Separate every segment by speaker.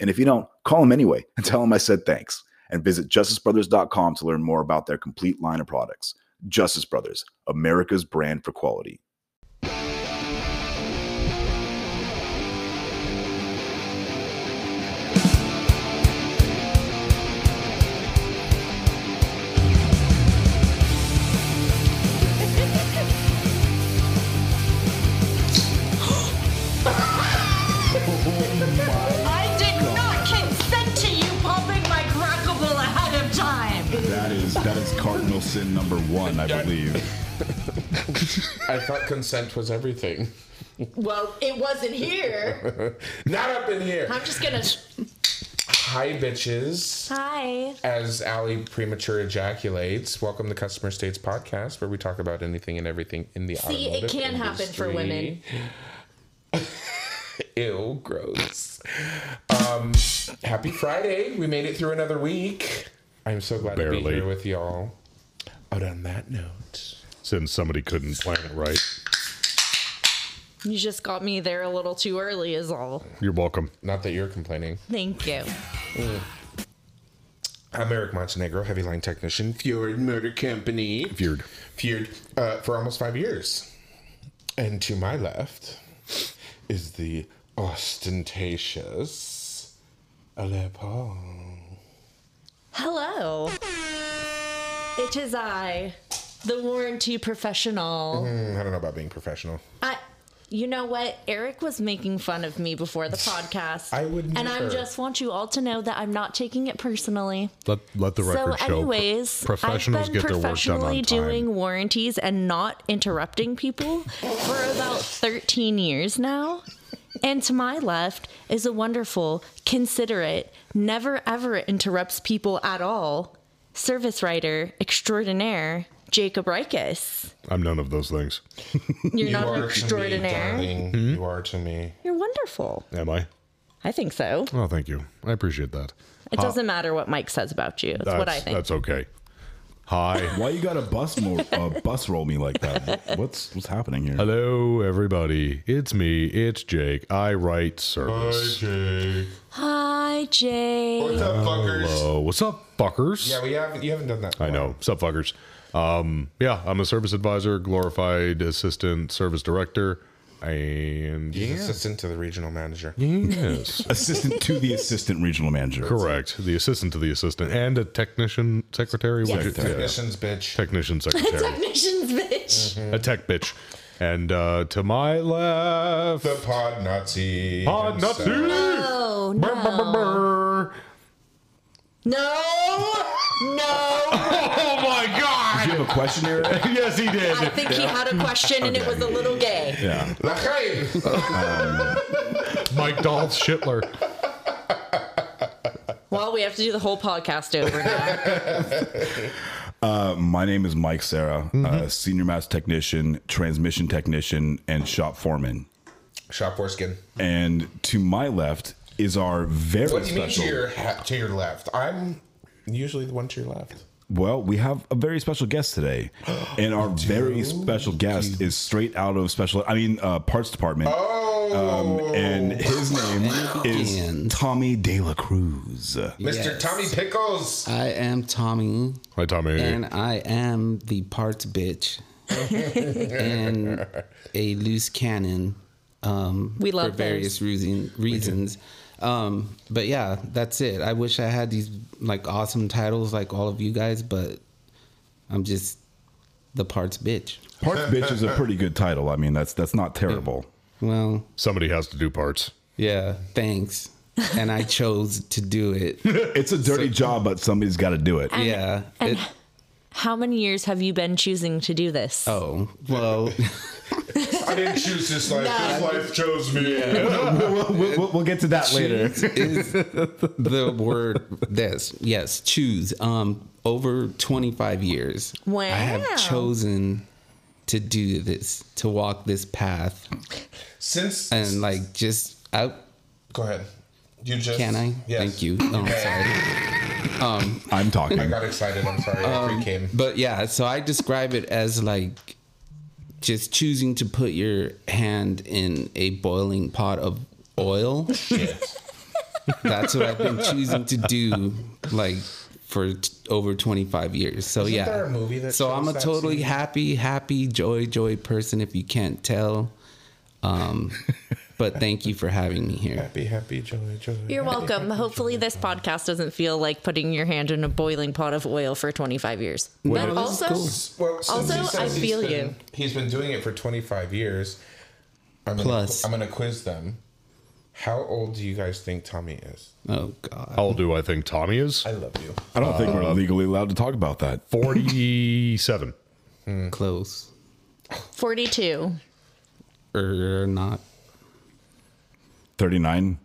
Speaker 1: And if you don't, call them anyway and tell them I said thanks. And visit justicebrothers.com to learn more about their complete line of products. Justice Brothers, America's brand for quality.
Speaker 2: I did not consent to you pumping my crackable ahead of time.
Speaker 1: That is that is cardinal sin number one, I believe.
Speaker 3: I thought consent was everything.
Speaker 2: Well, it wasn't here.
Speaker 3: Not up in here.
Speaker 2: I'm just gonna.
Speaker 3: Hi, bitches.
Speaker 2: Hi.
Speaker 3: As Allie premature ejaculates, welcome to Customer States Podcast, where we talk about anything and everything in the
Speaker 2: See, it
Speaker 3: automotive
Speaker 2: can happen for
Speaker 3: industry.
Speaker 2: women.
Speaker 3: Ew, gross. Um, happy Friday. We made it through another week. I'm so glad to be
Speaker 4: Barely.
Speaker 3: here with y'all. Out on that note.
Speaker 4: since somebody couldn't plan it right.
Speaker 2: You just got me there a little too early, is all.
Speaker 4: You're welcome.
Speaker 3: Not that you're complaining.
Speaker 2: Thank you.
Speaker 3: I'm Eric Montenegro, heavy line technician, Fjord Motor Company.
Speaker 4: Feared.
Speaker 3: feared uh, for almost five years. And to my left is the ostentatious Ale Paul.
Speaker 2: Hello. It is I, the warranty professional.
Speaker 3: Mm, I don't know about being professional.
Speaker 2: I. You know what? Eric was making fun of me before the podcast.
Speaker 3: I would
Speaker 2: And I
Speaker 3: never.
Speaker 2: just want you all to know that I'm not taking it personally.
Speaker 4: Let let the
Speaker 2: So,
Speaker 4: record show.
Speaker 2: anyways,
Speaker 4: professionals
Speaker 2: I've been
Speaker 4: get their work done
Speaker 2: professionally
Speaker 4: on time.
Speaker 2: doing warranties and not interrupting people for about 13 years now. And to my left is a wonderful, considerate, never ever interrupts people at all service writer extraordinaire, Jacob Rikus.
Speaker 4: I'm none of those things.
Speaker 2: You're
Speaker 3: You
Speaker 2: not
Speaker 3: are
Speaker 2: an extraordinaire.
Speaker 3: to me, darling.
Speaker 4: Hmm?
Speaker 3: You are to me.
Speaker 2: You're wonderful.
Speaker 4: Am I?
Speaker 2: I think so.
Speaker 4: Oh, thank you. I appreciate that.
Speaker 2: It doesn't matter what Mike says about you. That's,
Speaker 4: That's
Speaker 2: what I think.
Speaker 4: That's okay. Hi.
Speaker 1: Why you got a bus mo- uh, bus roll me like that? What's what's happening here?
Speaker 4: Hello, everybody. It's me. It's Jake. I write service.
Speaker 3: Jake.
Speaker 2: Hi, Jay.
Speaker 3: What's up, fuckers?
Speaker 4: Hello. Oh, What's up, fuckers?
Speaker 3: Yeah, we haven't. You haven't done that.
Speaker 4: I know. Sup, fuckers. Um, yeah, I'm a service advisor, glorified assistant service director, and
Speaker 3: He's
Speaker 4: yeah.
Speaker 3: assistant to the regional manager.
Speaker 4: yes.
Speaker 1: Assistant to the assistant regional manager.
Speaker 4: Correct. The assistant to the assistant and a technician secretary. which is-
Speaker 1: Secretary.
Speaker 4: yeah,
Speaker 3: Technicians, bitch.
Speaker 4: Technician secretary.
Speaker 2: Technicians, bitch.
Speaker 4: a tech bitch. And uh, to my left,
Speaker 3: The pod Nazi.
Speaker 4: pod Nazi.
Speaker 3: himself.
Speaker 2: Oh,
Speaker 4: Brr, brr, brr, brr.
Speaker 2: No, no.
Speaker 4: Oh my
Speaker 1: Do
Speaker 4: god!
Speaker 1: you have a question, Eric?
Speaker 4: yes, he
Speaker 2: I
Speaker 4: did.
Speaker 2: think he had a question and it was a little gay.
Speaker 1: Yeah.
Speaker 3: Lachaim.
Speaker 4: Mike Dolph Schittler.
Speaker 2: Well, we have to do the whole podcast over now.
Speaker 1: My name is Mike Sarah, uh, senior mass technician, transmission technician, and shop foreman.
Speaker 3: Shop foreskin.
Speaker 1: And to my left is our very
Speaker 3: What do you mean
Speaker 1: special.
Speaker 3: to your ha- to your left? I'm usually the one to your left.
Speaker 1: Well, we have a very special guest today, and our very special guest is straight out of special. I mean, uh, parts department.
Speaker 3: Oh,
Speaker 5: Um, and his name is
Speaker 6: Again.
Speaker 5: Tommy De La Cruz.
Speaker 3: Mr.
Speaker 6: Yes.
Speaker 3: Tommy Pickles.
Speaker 6: I am Tommy,
Speaker 4: Hi, Tommy.
Speaker 6: and I am the parts bitch and a loose cannon. Um,
Speaker 2: We love
Speaker 6: for various reason, reasons. Um, but yeah, that's it. I wish I had these like awesome titles like all of you guys, but I'm just the parts bitch.
Speaker 5: Parts Bitch is a pretty good title. I mean, that's that's not terrible.
Speaker 6: Well,
Speaker 4: Somebody has to do parts.
Speaker 6: yeah, thanks. And I chose to do it.
Speaker 5: It's a dirty job, but somebody's got to do it.
Speaker 6: yeah.
Speaker 2: and-
Speaker 6: it-
Speaker 2: How many years have you been choosing to do this?
Speaker 6: oh, well.
Speaker 3: I didn't choose this life. This life chose me.
Speaker 5: we'll, we'll- we'll- we'll get to that later.
Speaker 6: Choose is the word this yes choose um over 25 years i
Speaker 2: Wow.
Speaker 6: have chosen to do this to walk this path
Speaker 3: Since
Speaker 6: and like just i
Speaker 3: go ahead. You just
Speaker 6: can i
Speaker 3: Yes.
Speaker 6: thank you oh, i'm sorry
Speaker 5: I'm talking.
Speaker 3: I got excited. I'm sorry. I pre came.
Speaker 6: Um, but yeah so i describe it as like just choosing to put your hand in a boiling pot of oil That's what I've been choosing to do, like for t- over 25 years. So yeah,
Speaker 3: there a movie that
Speaker 6: so
Speaker 3: shows
Speaker 6: I'm a
Speaker 3: that
Speaker 6: totally
Speaker 3: scene?
Speaker 6: happy, happy, joy, joy person. If you can't tell, um, but thank you for having me here.
Speaker 3: Happy, happy, joy, joy.
Speaker 2: You're welcome. Hopefully, this podcast doesn't feel like putting your hand in a boiling pot of oil for 25 years. but
Speaker 6: No, this is
Speaker 2: also,
Speaker 3: Well, since
Speaker 2: Also,
Speaker 3: he says
Speaker 2: I
Speaker 3: he's
Speaker 2: feel
Speaker 3: been-
Speaker 2: you.
Speaker 3: He's been doing it for 25 years. I'm gonna,
Speaker 6: Plus.
Speaker 3: I'm going to quiz them. How old do you guys think Tommy is?
Speaker 6: Oh God,
Speaker 4: How old do I think Tommy is?
Speaker 3: I love you.
Speaker 5: I don't think we're legally allowed to talk about that.
Speaker 4: 47.
Speaker 3: Mm.
Speaker 6: close
Speaker 2: 42.
Speaker 6: or Er, not?
Speaker 5: 39.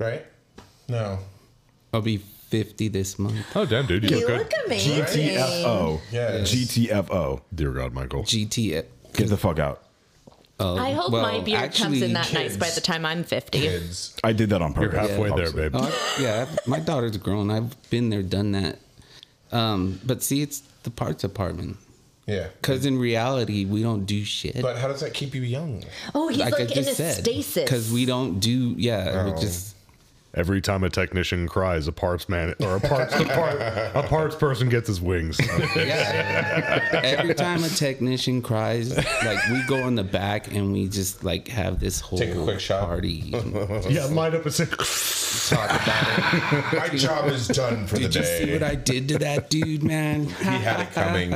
Speaker 3: Right? No.
Speaker 6: I'll be 50 this month.
Speaker 4: Oh, damn, dude. You,
Speaker 2: You
Speaker 4: look
Speaker 2: look
Speaker 4: good.
Speaker 2: amazing.
Speaker 5: TFO.
Speaker 3: Yes.
Speaker 5: GTFO.
Speaker 4: Dear God, Michael.
Speaker 6: GT.
Speaker 5: Get the fuck out.
Speaker 2: I hope my
Speaker 6: Uh, Well,
Speaker 2: beard comes in
Speaker 6: actually,
Speaker 2: that nice by
Speaker 3: kids-
Speaker 2: the time I'm 50.
Speaker 3: Kids.
Speaker 5: I did that on purpose.
Speaker 4: You're halfway there,
Speaker 5: obviously.
Speaker 4: babe.
Speaker 6: Oh, I- yeah, my daughter's grown. I've been there, done that. Um, but see, it's the parts apartment.
Speaker 3: Yeah.
Speaker 6: Because in reality, we don't do shit.
Speaker 3: But how does that keep you young?
Speaker 2: Oh, he's like, in a stasis.
Speaker 6: Because we don't do, yeah,
Speaker 3: Oh.
Speaker 6: we just,
Speaker 4: Every time a technician cries, a parts man or a parts a, part, a parts person gets his wings.
Speaker 6: yeah. Every time a technician cries, like we go in the back and we just like have this whole
Speaker 3: Take a quick shot.
Speaker 6: party and
Speaker 4: yeah, light up and say,
Speaker 6: talk about it.
Speaker 3: My job is done for
Speaker 6: Did
Speaker 3: the
Speaker 6: you
Speaker 3: day.
Speaker 6: see what I did to that dude, man?
Speaker 3: he had it coming.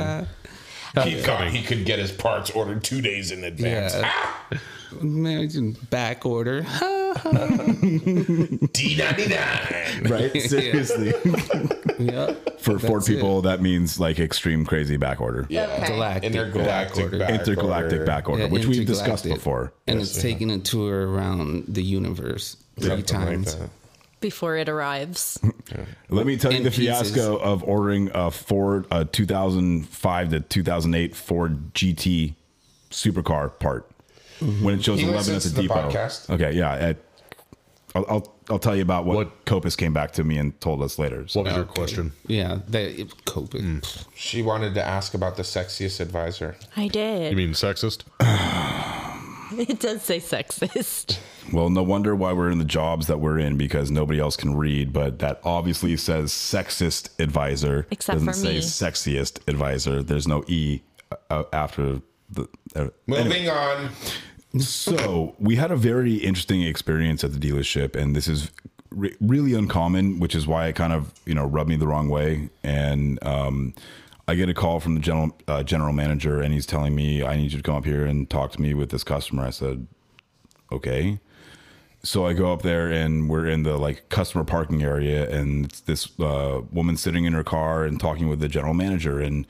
Speaker 3: he thought he could get his parts ordered two days in advance.
Speaker 6: Yeah.
Speaker 3: Ah!
Speaker 6: Imagine back order.
Speaker 3: D99.
Speaker 5: Right? Seriously.
Speaker 6: yep.
Speaker 5: For four
Speaker 6: That's it.
Speaker 5: people, that means like extreme crazy back order.
Speaker 6: Galactic.
Speaker 3: Intergalactic
Speaker 6: Galactic.
Speaker 3: back
Speaker 5: Intergalactic
Speaker 3: order.
Speaker 5: back order,
Speaker 6: Yeah,
Speaker 5: which we've discussed
Speaker 6: intergalactic.
Speaker 5: before.
Speaker 6: And it's taking a tour around the universe three
Speaker 3: Something like
Speaker 6: times.
Speaker 3: that.
Speaker 2: Before it arrives.
Speaker 5: Let me tell you
Speaker 6: In
Speaker 5: the
Speaker 6: pieces.
Speaker 5: fiasco of ordering a Ford, a 2005 to 2008 Ford GT supercar part when it shows
Speaker 3: Mm-hmm. He
Speaker 5: 11 at
Speaker 3: listens
Speaker 5: the
Speaker 3: to the
Speaker 5: depot.
Speaker 3: podcast.
Speaker 5: Okay, yeah. at- I'll, I'll, I'll tell you about what, Copus came back to me and told us later. So
Speaker 4: What was your question?
Speaker 6: Yeah, they coping.
Speaker 3: She wanted to ask about the sexiest advisor.
Speaker 2: I did.
Speaker 4: You mean sexist?
Speaker 2: it does say sexist.
Speaker 5: Well, no wonder why we're in the jobs that we're in because nobody else can read, but that obviously says sexist advisor.
Speaker 2: Except
Speaker 5: doesn't
Speaker 2: for
Speaker 5: say
Speaker 2: me.
Speaker 5: sexiest advisor. There's no E uh, after the. Uh,
Speaker 3: Moving on.
Speaker 5: so we had a very interesting experience at the dealership, and this is re- really uncommon, which is why it kind of you know rubbed me the wrong way. And um, I get a call from the general uh, general manager, and he's telling me I need you to come up here and talk to me with this customer. I said, okay. So I go up there and we're in the like customer parking area, and it's this uh, woman sitting in her car and talking with the general manager, and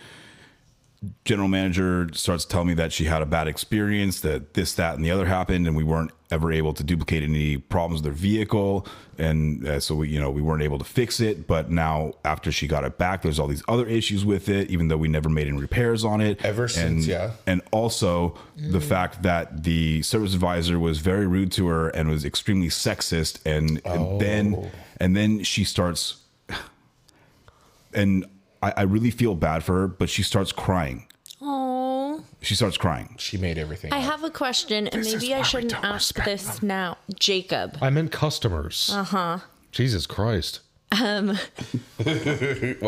Speaker 5: general manager starts telling me that she had a bad experience, that this, that, and the other happened, and we weren't ever able to duplicate any problems with their vehicle, and uh, so we, you know, we weren't able to fix it. But now, after she got it back, there's all these other issues with it, even though we never made any repairs on it.
Speaker 3: Ever
Speaker 5: And-
Speaker 3: since, yeah.
Speaker 5: and also the fact that the service advisor was very rude to her and was extremely sexist, and, and
Speaker 3: Oh.
Speaker 5: then and then she starts and I, I really feel bad for her, but she starts crying.
Speaker 2: Oh,
Speaker 1: She starts crying.
Speaker 3: She made everything.
Speaker 2: I
Speaker 3: up.
Speaker 2: have a question, and
Speaker 3: This is
Speaker 2: maybe
Speaker 3: why
Speaker 2: I
Speaker 3: we
Speaker 2: shouldn't
Speaker 3: don't
Speaker 2: ask
Speaker 3: respect
Speaker 2: this now. Jacob,
Speaker 4: I meant customers. Uh huh. Jesus Christ.
Speaker 3: What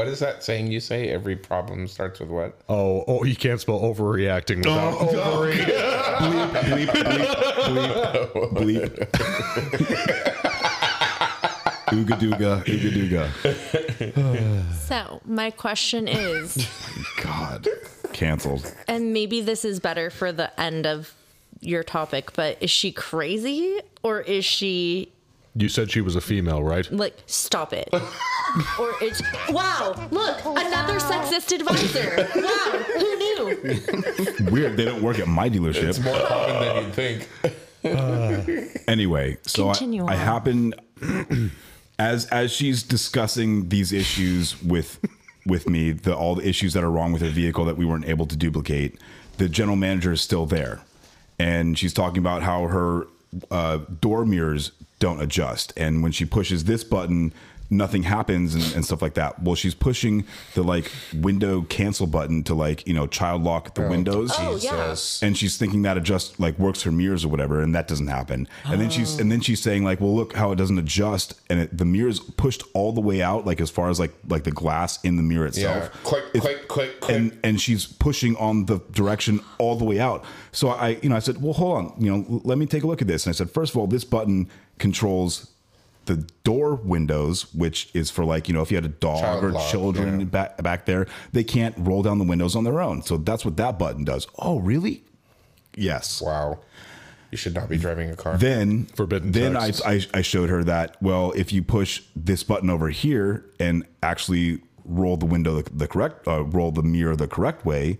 Speaker 3: is that saying you say? Every problem starts with what?
Speaker 4: Oh, oh, you can't spell overreacting without overreacting.
Speaker 1: Bleep, bleep, bleep, bleep. Ooga dooga, ooga dooga.
Speaker 2: so my question is,
Speaker 1: God. Canceled.
Speaker 2: and maybe this is better for the end of your topic, but is she crazy or is she
Speaker 4: You said she was a female, right?
Speaker 2: like, stop it? or it's, wow, look, another sexist advisor. Wow, who knew?
Speaker 1: Weird. They don't work at my dealership.
Speaker 3: More common than you'd think.
Speaker 1: anyway so
Speaker 2: Continue
Speaker 1: I, I
Speaker 2: on.
Speaker 1: happen as as she's discussing these issues with with me the all the issues that are wrong with her vehicle that we weren't able to duplicate the general manager is still there and she's talking about how her uh, door mirrors don't adjust and when she pushes this button nothing happens and, and stuff like that well she's pushing the like window cancel button to like you know child lock the windows
Speaker 2: Oh, yeah.
Speaker 1: and she's thinking that it just like works her mirrors or whatever, and that doesn't happen. And then she's and then she's saying like, well, look how it doesn't adjust, and it, the mirror's pushed all the way out, like as far as like like the glass in the mirror itself.
Speaker 3: Yeah. Click,
Speaker 1: It's-
Speaker 3: click, click, click.
Speaker 1: and and she's pushing on the direction all the way out. So I, you know, I said, well, hold on, you know, l- let me take a look at this. And I said, first of all, this button controls the door windows, which is for like you know, if you had a dog
Speaker 3: Child
Speaker 1: or
Speaker 3: lock,
Speaker 1: children
Speaker 3: yeah.
Speaker 1: back back there, they can't roll down the windows on their own. So that's what that button does. Oh, really? Yes.
Speaker 3: wow. You should not be driving a car.
Speaker 1: Then
Speaker 4: Forbidden
Speaker 1: Then I,
Speaker 4: texts.
Speaker 1: I I showed her that well, if you push this button over here and actually roll the window the, the correct uh, roll the mirror the correct way,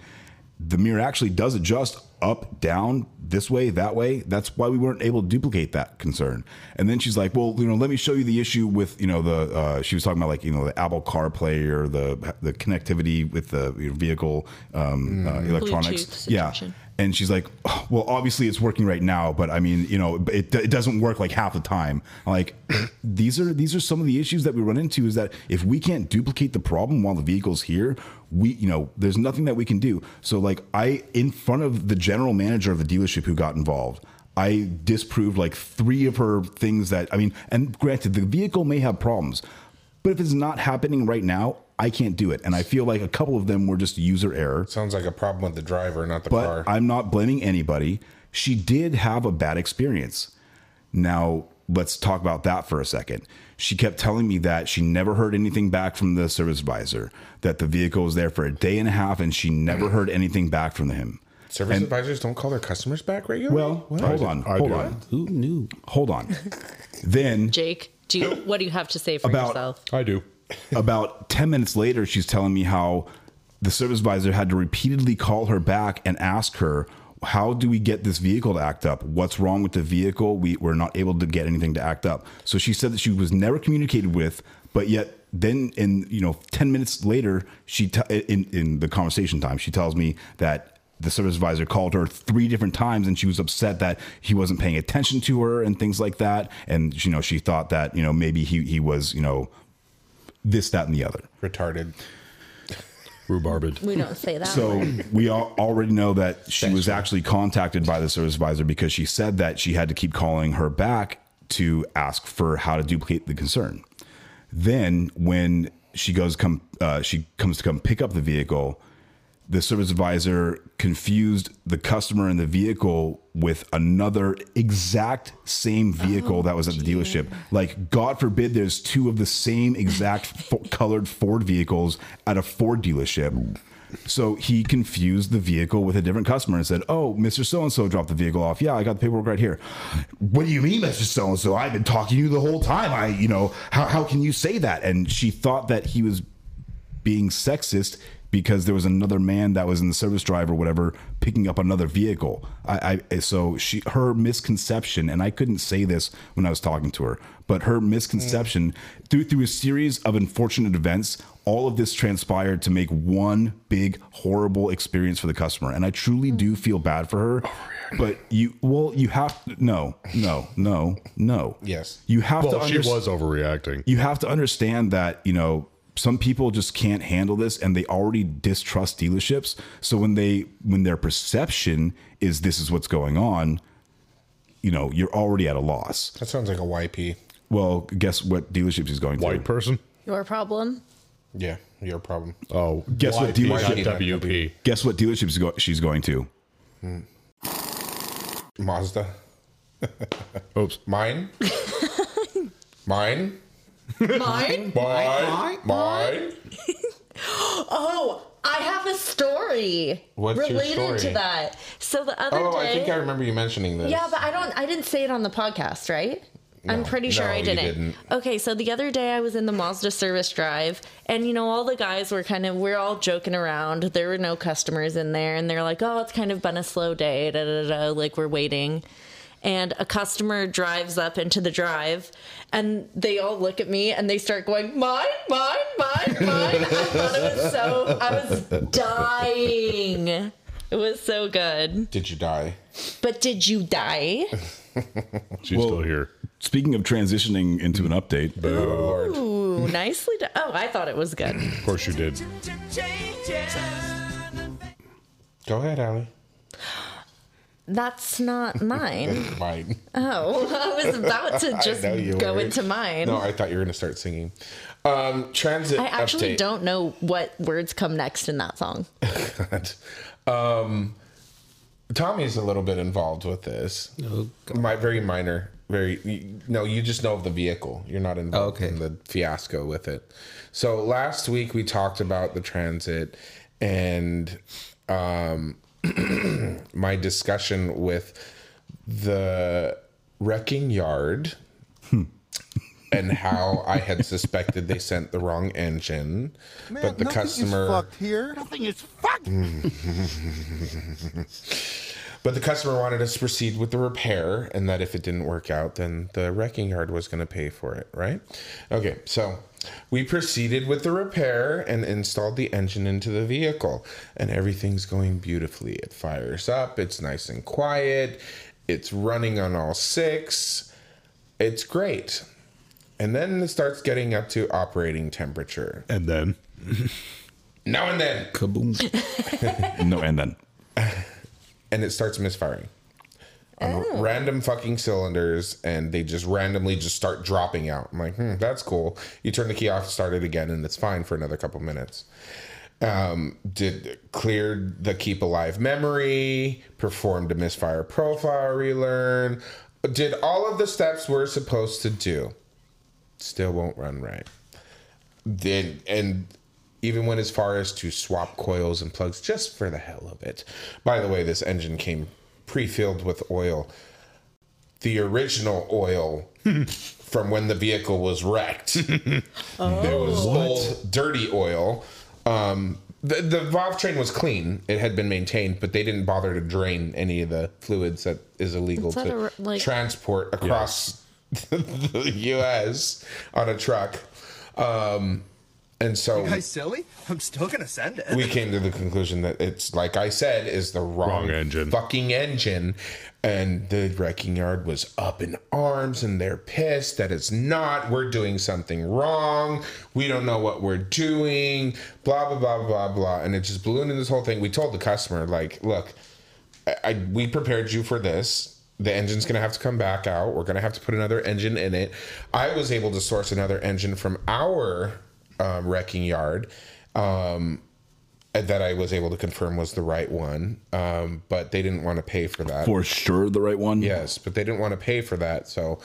Speaker 1: the mirror actually does adjust up down this way that way. That's why we weren't able to duplicate that concern. And then she's like, well, you know, let me show you the issue with you know the uh, she was talking about like you know the Apple CarPlay or the the connectivity with the you know, vehicle um, uh, electronics.
Speaker 2: Bluetooth
Speaker 1: Yeah.
Speaker 2: situation.
Speaker 1: And she's like, "Oh, well, obviously it's working right now, but I mean, you know, it, it doesn't work like half the time. I'm like, these are these are some of the issues that we run into is that if we can't duplicate the problem while the vehicle's here, we, you know, there's nothing that we can do. So like, I in front of the general manager of the dealership who got involved, I disproved like three of her things that I mean, and granted, the vehicle may have problems, but if it's not happening right now, I can't do it. And I feel like a couple of them were just user error
Speaker 3: Sounds like a problem with the driver, not the
Speaker 1: but
Speaker 3: car.
Speaker 1: I'm not blaming anybody. She did have a bad experience. Now, let's talk about that for a second. She kept telling me that she never heard anything back from the service advisor, that the vehicle was there for a day and a half and she never heard anything back from him.
Speaker 3: Service advisors don't call their customers back regularly.
Speaker 1: Well, hold on, hold on,
Speaker 6: Who knew?
Speaker 1: hold on. then
Speaker 2: Jake, do you, what do you have to say for
Speaker 1: About-
Speaker 2: yourself?
Speaker 4: I do.
Speaker 1: about 10 minutes later, she's telling me how the service advisor had to repeatedly call her back and ask her, How do we get this vehicle to act up? What's wrong with the vehicle? We were not able to get anything to act up. So she said that she was never communicated with, but yet then in you know 10 minutes later she t- in in the conversation time she tells me that the service advisor called her three different times and she was upset that he wasn't paying attention to her and things like that and you know she thought that you know maybe he he was you know this, that, and the other.
Speaker 3: Retarded.
Speaker 4: Rhubarbed.
Speaker 2: We don't say that.
Speaker 1: So we all already know that she was actually contacted by the service advisor because she said that she had to keep calling her back to ask for how to duplicate the concern. Then when she goes come uh, she comes to come pick up the vehicle, the service advisor confused the customer and the vehicle with another exact same vehicle that was at the dealership. Like, God forbid, there's two of the same exact fo- colored Ford vehicles at a Ford dealership. So he confused the vehicle with a different customer and said, "Oh, Mister So and So dropped the vehicle off. Yeah, I got the paperwork right here." What do you mean, Mister So and So? I've been talking to you the whole time. I, you know, how how can you say that? And she thought that he was being sexist because there was another man that was in the service drive or whatever picking up another vehicle. I, I so she her misconception, and I couldn't say this when I was talking to her, but her misconception through through a series of unfortunate events, all of this transpired to make one big horrible experience for the customer. And I truly do feel bad for her. But you well, you have no, no, no, no.
Speaker 3: Yes.
Speaker 1: You have
Speaker 4: Well,
Speaker 1: to
Speaker 4: she
Speaker 1: understand
Speaker 4: was overreacting.
Speaker 1: you have to understand that you know some people just can't handle this and they already distrust dealerships. So when they when their perception is this is what's going on, you know, you're already at a loss.
Speaker 3: That sounds like a YP.
Speaker 1: Well, guess what dealerships he's going
Speaker 4: White
Speaker 1: to?
Speaker 4: person?
Speaker 2: Your problem?
Speaker 3: Yeah, your problem.
Speaker 4: Oh,
Speaker 1: Guess what dealership?
Speaker 3: YP.
Speaker 4: WP.
Speaker 1: Guess what dealerships go- she's going to?
Speaker 3: Mazda.
Speaker 4: Oops.
Speaker 3: Mine. Mine.
Speaker 2: Mine?
Speaker 3: Mine. Mine.
Speaker 2: Oh, I have a story
Speaker 3: What's your
Speaker 2: related to
Speaker 3: story?
Speaker 2: that. So the other
Speaker 3: Oh,
Speaker 2: day,
Speaker 3: I think I remember you mentioning this.
Speaker 2: yeah, but I don't. I didn't say it on the podcast, right? I'm pretty sure
Speaker 3: No,
Speaker 2: I
Speaker 3: you
Speaker 2: didn't.
Speaker 3: didn't.
Speaker 2: Okay, so the other day I was in the Mazda service drive, and you know all the guys were kind of we're all joking around. There were no customers in there, and they're like, "Oh, it's kind of been a slow day, da da da." da, Like we're waiting, and a customer drives up into the drive, and they all look at me and they start going, "Mine, mine, mine, mine." I thought it was so. I was dying. It was so good.
Speaker 3: Did you die?
Speaker 2: But did you die?
Speaker 4: She's still here.
Speaker 1: Speaking of transitioning into an update,
Speaker 2: Ooh, nicely done. Oh, I thought it was good.
Speaker 4: Of course you did.
Speaker 3: Go ahead, Allie.
Speaker 2: That's not mine.
Speaker 3: Mine.
Speaker 2: Oh, I was about to just
Speaker 3: know you
Speaker 2: go
Speaker 3: were.
Speaker 2: into mine.
Speaker 3: No, I thought you were gonna start singing. Um, transit.
Speaker 2: I actually
Speaker 3: update.
Speaker 2: don't know what words come next in that song.
Speaker 3: God. Um, Tommy's a little bit involved with this. My very minor, very you- no. You just know of the vehicle. You're not involved
Speaker 6: Okay.
Speaker 3: in the fiasco with it. So last week we talked about the transit and um, my discussion with the wrecking yard and how I had suspected they sent the wrong engine, but the customer
Speaker 7: here. Nothing is fucked.
Speaker 3: But the customer wanted us to proceed with the repair, and that if it didn't work out, then the wrecking yard was going to pay for it, right? Okay, so we proceeded with the repair and installed the engine into the vehicle, and everything's going beautifully. It fires up, it's nice and quiet, it's running on all six, it's great. And then it starts getting up to operating temperature.
Speaker 4: And then
Speaker 3: Now and then,
Speaker 6: Kaboom.
Speaker 1: no, and then
Speaker 3: and it starts misfiring on random fucking cylinders and they just randomly just start dropping out. I'm like, hmm, that's cool. You turn the key off, start it again, and it's fine for another couple minutes. Um, did cleared the keep alive memory, performed a misfire profile relearn, did all of the steps we're supposed to do. Still won't run right. Then and even went as far as to swap coils and plugs just for the hell of it. By the way, this engine came pre-filled with oil. The original oil from when the vehicle was wrecked.
Speaker 2: Oh.
Speaker 3: There was old dirty oil. Um, the, the valve train was clean. It had been maintained, but they didn't bother to drain any of the fluids that is illegal
Speaker 2: Is that
Speaker 3: to
Speaker 2: a re- like-
Speaker 3: transport across the U.S. on a truck. Um, and so
Speaker 7: Guys, silly. I'm still gonna send it.
Speaker 3: we came to the conclusion that it's like I said is the wrong,
Speaker 4: Wrong engine.
Speaker 3: fucking engine, and the wrecking yard was up in arms and they're pissed that it's not. We're doing something wrong. We don't know what we're doing. Blah blah blah blah blah, and it just blew into this whole thing. We told the customer like, look, I, I we prepared you for this. The engine's gonna have to come back out. We're gonna have to put another engine in it. I was able to source another engine from our um, wrecking yard. Um, that I was able to confirm was the right one. Um, but they didn't want to pay for that.
Speaker 1: for sure the right one.
Speaker 3: yes, but they didn't want to pay for that. So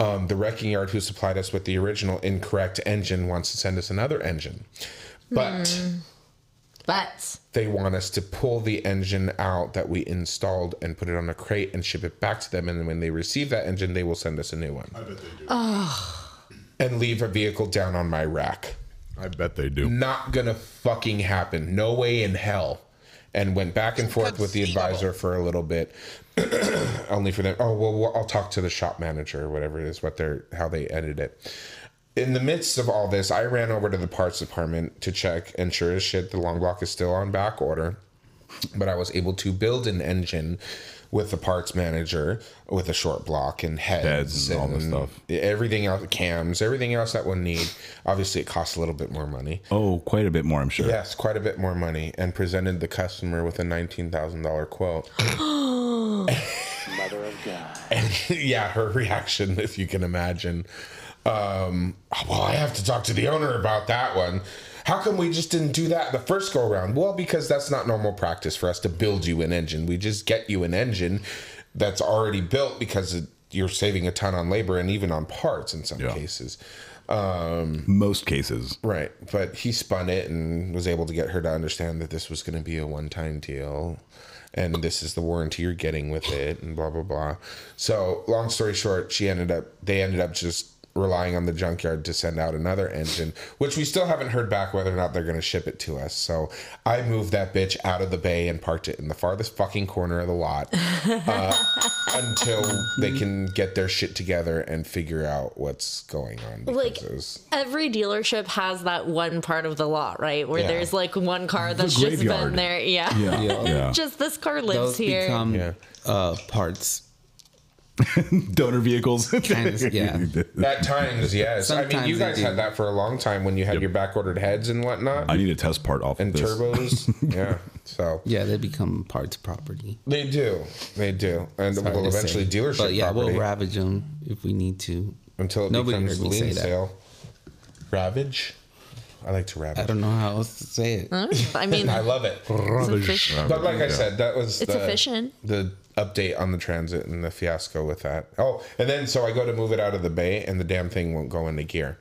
Speaker 3: um, the wrecking yard who supplied us with the original incorrect engine wants to send us another engine. But
Speaker 2: But
Speaker 3: they want us to pull the engine out that we installed and put it on a crate and ship it back to them. And then when they receive that engine, they will send us a new one. I bet they do. And leave a vehicle down on my rack.
Speaker 4: I bet they do.
Speaker 3: not gonna fucking happen. No way in hell. And went back and forth with the advisor for a little bit, only for them. Oh well, well, I'll talk to the shop manager or whatever it is. What they're how they edit it. In the midst of all this, I ran over to the parts department to check, and sure as shit, the long block is still on back order. But I was able to build an engine with the parts manager with a short block and heads,
Speaker 4: Heads and all this stuff.
Speaker 3: Everything else, cams, everything else that one need. Obviously, it costs a little bit more money.
Speaker 1: Oh, quite a bit more, I'm sure.
Speaker 3: Yes, quite a bit more money, and presented the customer with a nineteen thousand dollar quote.
Speaker 8: Mother of God.
Speaker 3: yeah, her reaction, if you can imagine. Um, well, I have to talk to the owner about that one. How come we just didn't do that the first go around? Well, because that's not normal practice for us to build you an engine. We just get you an engine that's already built because it, you're saving a ton on labor and even on parts in some
Speaker 4: Yeah.
Speaker 3: cases. Um,
Speaker 1: Most cases.
Speaker 3: Right. But he spun it and was able to get her to understand that this was going to be a one time deal and this is the warranty you're getting with it and blah, blah, blah. So, long story short, she ended up, they ended up just relying on the junkyard to send out another engine, which we still haven't heard back whether or not they're going to ship it to us. So, I moved that bitch out of the bay and parked it in the farthest fucking corner of the lot uh, until they can get their shit together and figure out what's going on.
Speaker 2: Like,
Speaker 3: because it was-
Speaker 2: Every dealership has that one part of the lot, right? Where
Speaker 3: Yeah.
Speaker 2: there's like one car that's just been
Speaker 1: graveyard.
Speaker 2: there. Yeah. just this car lives
Speaker 6: Those
Speaker 2: here.
Speaker 6: become
Speaker 3: Yeah.
Speaker 6: uh, parts.
Speaker 1: Donor vehicles.
Speaker 6: Kind of, yeah.
Speaker 3: At times, yes. I mean,
Speaker 6: Sometimes
Speaker 3: you
Speaker 6: they
Speaker 3: guys
Speaker 6: do.
Speaker 3: had that for a long time when you had your back ordered heads and whatnot
Speaker 1: I need a test part off
Speaker 3: and
Speaker 1: of this.
Speaker 3: turbos. yeah. So
Speaker 6: Yeah, they become parts property.
Speaker 3: they do. They do. And
Speaker 6: Hard
Speaker 3: will
Speaker 6: to
Speaker 3: eventually
Speaker 6: say.
Speaker 3: dealership
Speaker 6: But yeah,
Speaker 3: property
Speaker 6: we'll ravage them if we need to.
Speaker 3: until it
Speaker 6: Nobody
Speaker 3: becomes
Speaker 6: heard me
Speaker 3: lien
Speaker 6: say that.
Speaker 3: sale. Ravage? I like to ravage.
Speaker 6: I
Speaker 3: I,
Speaker 6: don't know how else to say it.
Speaker 2: I mean,
Speaker 3: love it.
Speaker 4: Rubbish.
Speaker 3: But like I said, that was
Speaker 2: It's efficient.
Speaker 3: The update on the transit and the fiasco with that. Oh, and then so I go to move it out of the bay, and the damn thing won't go into gear.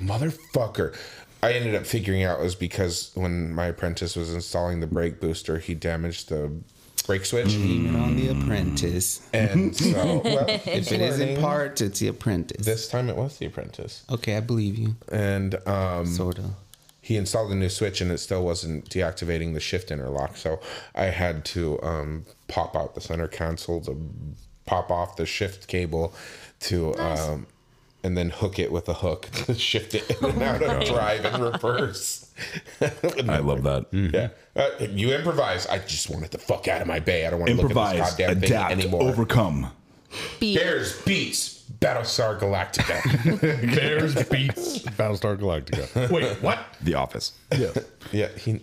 Speaker 3: Motherfucker! I ended up figuring out it was because when my apprentice was installing the brake booster, he damaged the brake switch,
Speaker 2: Mm-hmm.
Speaker 6: Even on the apprentice.
Speaker 3: and so well, it's
Speaker 6: If it isn't
Speaker 3: learning.
Speaker 6: parts, it's the apprentice.
Speaker 3: This time it was the apprentice,
Speaker 6: okay, I believe you.
Speaker 3: and um,
Speaker 6: Sort of.
Speaker 3: he installed a new switch and it still wasn't deactivating the shift interlock. So I had to um, pop out the center console to pop off the shift cable to. Um, and then hook it with a hook to shift it in and out of drive and reverse.
Speaker 1: I love that.
Speaker 3: yeah. Uh, you improvise. I just want it the fuck out of my bay. I don't want to look at this
Speaker 1: Improvise,
Speaker 3: goddamn
Speaker 1: adapt,
Speaker 3: thing anymore.
Speaker 1: overcome.
Speaker 2: be-
Speaker 3: Bears beats Battlestar Galactica.
Speaker 4: Bears beats Battlestar Galactica. Wait, what?
Speaker 1: The Office.
Speaker 3: yeah. He,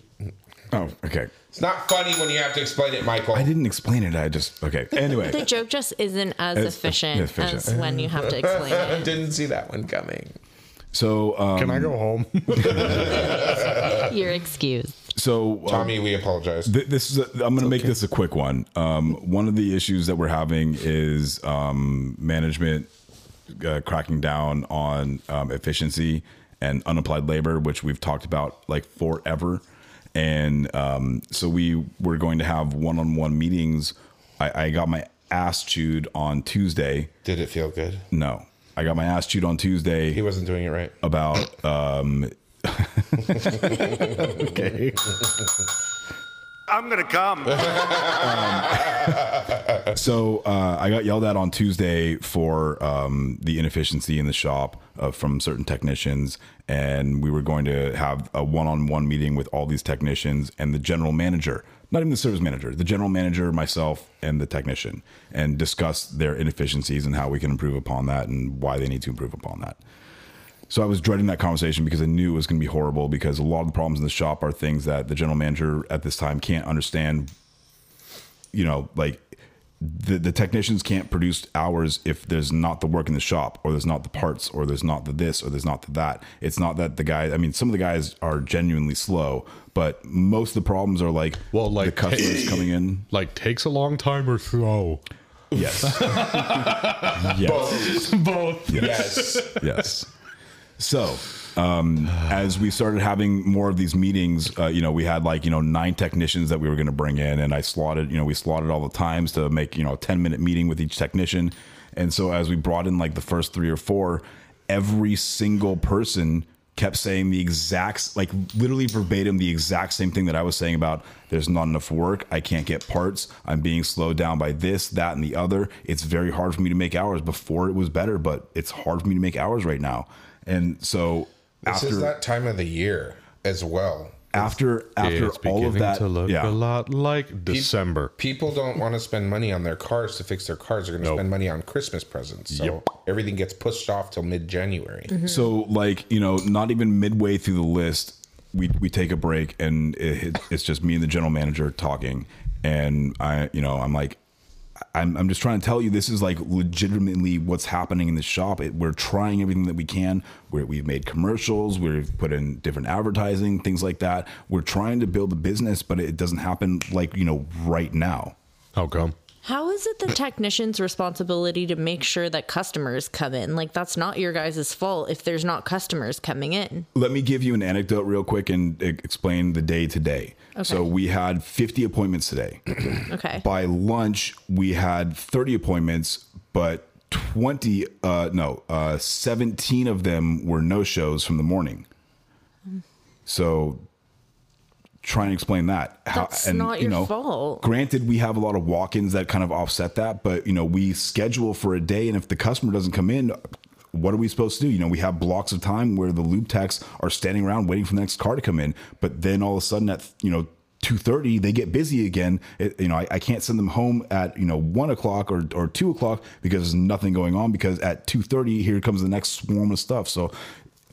Speaker 1: Oh, okay.
Speaker 3: it's not funny when you have to explain it, Michael.
Speaker 1: I didn't explain it. I just okay.
Speaker 2: the
Speaker 1: Anyway,
Speaker 2: joke just isn't as,
Speaker 1: As
Speaker 2: efficient,
Speaker 1: efficient.
Speaker 2: as when you have to explain it.
Speaker 3: didn't see that one coming.
Speaker 1: so um,
Speaker 4: Can I go home?
Speaker 2: You're excused.
Speaker 1: so um,
Speaker 3: Tommy, we apologize.
Speaker 1: Th- this is a, I'm going to make this a quick one. Um, one of the issues that we're having is um, management uh, cracking down on um, efficiency and unapplied labor, which we've talked about like forever. And um, so we were going to have one-on-one meetings. I, I got my ass chewed on Tuesday.
Speaker 3: Did it feel good?
Speaker 1: No, I got my ass chewed on Tuesday
Speaker 3: He wasn't doing it right.
Speaker 5: Oh,
Speaker 1: about um,
Speaker 7: I'm gonna come.
Speaker 1: So uh, I got yelled at on Tuesday for um, the inefficiency in the shop uh, from certain technicians, and we were going to have a one-on-one meeting with all these technicians and the general manager, not even the service manager, the general manager, myself, and the technician, and discuss their inefficiencies and how we can improve upon that and why they need to improve upon that. So I was dreading that conversation because I knew it was going to be horrible because a lot of the problems in the shop are things that the general manager at this time can't understand you know, like the, the technicians can't produce hours if there's not the work in the shop or there's not the parts or there's not the this or there's not the that. It's not that the guy, I mean, some of the guys are genuinely slow, but most of the problems are like,
Speaker 4: Well, like-
Speaker 1: the customers coming in.
Speaker 4: like, takes a long time or so.
Speaker 1: Yes. yes.
Speaker 4: Both.
Speaker 3: Yes.
Speaker 1: yes. So, um, as we started having more of these meetings, uh, you know, we had like, you know, nine technicians that we were going to bring in, and I slotted, you know, we slotted all the times to make, you know, a 10 minute meeting with each technician. And so, as we brought in like the first three or four, every single person kept saying the exact, like literally verbatim, the exact same thing that I was saying about there's not enough work. I can't get parts. I'm being slowed down by this, that, and the other. It's very hard for me to make hours. Before it was better, but it's hard for me to make hours right now. And so
Speaker 3: This
Speaker 1: after
Speaker 3: is that time of the year as well.
Speaker 1: after after
Speaker 4: it's
Speaker 1: all
Speaker 4: beginning
Speaker 1: of that,
Speaker 4: to look
Speaker 1: yeah,
Speaker 4: a lot like December.
Speaker 3: People don't want to spend money on their cars to fix their cars. They're going to
Speaker 4: Nope.
Speaker 3: spend money on Christmas presents. So
Speaker 4: Yep.
Speaker 3: everything gets pushed off till mid January.
Speaker 1: So, like, you know, not even midway through the list, we we take a break, and it, it's just me and the general manager talking, and I, you know, I'm like. I'm, I'm just trying to tell you this is like legitimately what's happening in the shop. It, we're trying everything that we can. We're, we've made commercials, we've put in different advertising, things like that. We're trying to build a business, but it doesn't happen like, you know, right now.
Speaker 4: How come?
Speaker 2: How is it the technician's responsibility to make sure that customers come in? Like, that's not your guys' fault if there's not customers coming in.
Speaker 1: Let me give you an anecdote real quick and e- explain the day today. So, we had 50 appointments today.
Speaker 2: Okay.
Speaker 1: by lunch we had 30 appointments but 20 uh no uh 17 of them were no shows from the morning so try and explain that
Speaker 2: That's not your fault.
Speaker 1: granted we have a lot of walk-ins that kind of offset that but you know we schedule for a day and if the customer doesn't come in what are we supposed to do? You know, we have blocks of time where the loop techs are standing around waiting for the next car to come in, but then all of a sudden at you know two thirty they get busy again. It, you know, I, I can't send them home at you know one o'clock or, or two o'clock because there's nothing going on. Because at two thirty here comes the next swarm of stuff. So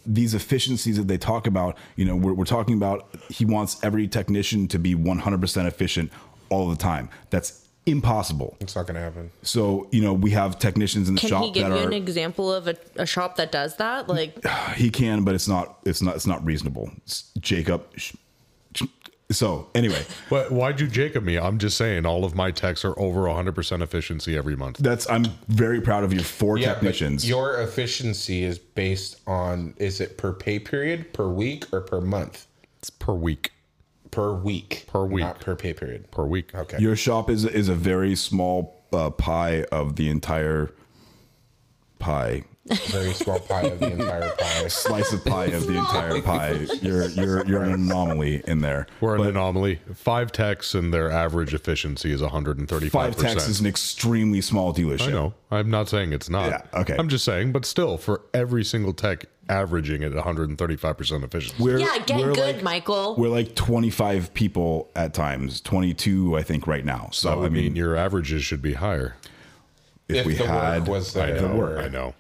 Speaker 1: these efficiencies that they talk about, you know, we're, we're talking about he wants every technician to be 100% efficient all the time. That's impossible.
Speaker 3: It's not going to happen.
Speaker 1: So, you know, we have technicians in the
Speaker 2: Can
Speaker 1: shop
Speaker 2: he give
Speaker 1: that
Speaker 2: you
Speaker 1: are
Speaker 2: an example of a, a shop that does that? Like,
Speaker 1: he can, but it's not it's not it's not reasonable. It's Jacob sh- sh- so, anyway,
Speaker 4: But why'd you Jacob me? I'm just saying all of my techs are over 100% efficiency every month.
Speaker 1: that's I'm very proud of your four
Speaker 3: Yeah, but
Speaker 1: technicians.
Speaker 3: Your efficiency is based on is it per pay period, per week, or per month?
Speaker 4: It's per week.
Speaker 3: Per week.
Speaker 4: Per week.
Speaker 3: Not per pay period.
Speaker 4: Per week.
Speaker 3: Okay.
Speaker 1: Your shop is is a very small uh, pie of the entire pie
Speaker 3: Very small pie of the entire pie.
Speaker 1: slice of pie of the entire pie. You're you're you're an anomaly in there.
Speaker 4: We're an anomaly. Five techs and their average efficiency is 135%.
Speaker 1: Five Techs is an extremely small dealership.
Speaker 4: I know. I'm not saying it's not.
Speaker 1: Yeah, okay.
Speaker 4: I'm just saying, but still, for every single tech averaging at 135% efficiency.
Speaker 1: We're,
Speaker 2: yeah, get
Speaker 1: we're
Speaker 2: good,
Speaker 1: like-
Speaker 2: Michael.
Speaker 1: We're like 25 people at times, 22 I think right now.
Speaker 4: that
Speaker 1: So
Speaker 4: would
Speaker 1: I mean,
Speaker 4: mean your averages should be higher.
Speaker 1: if,
Speaker 3: If
Speaker 1: we
Speaker 3: the work
Speaker 1: had
Speaker 3: was
Speaker 1: I
Speaker 3: there.
Speaker 1: know,
Speaker 3: The work.
Speaker 1: I
Speaker 4: I
Speaker 1: know.
Speaker 4: know.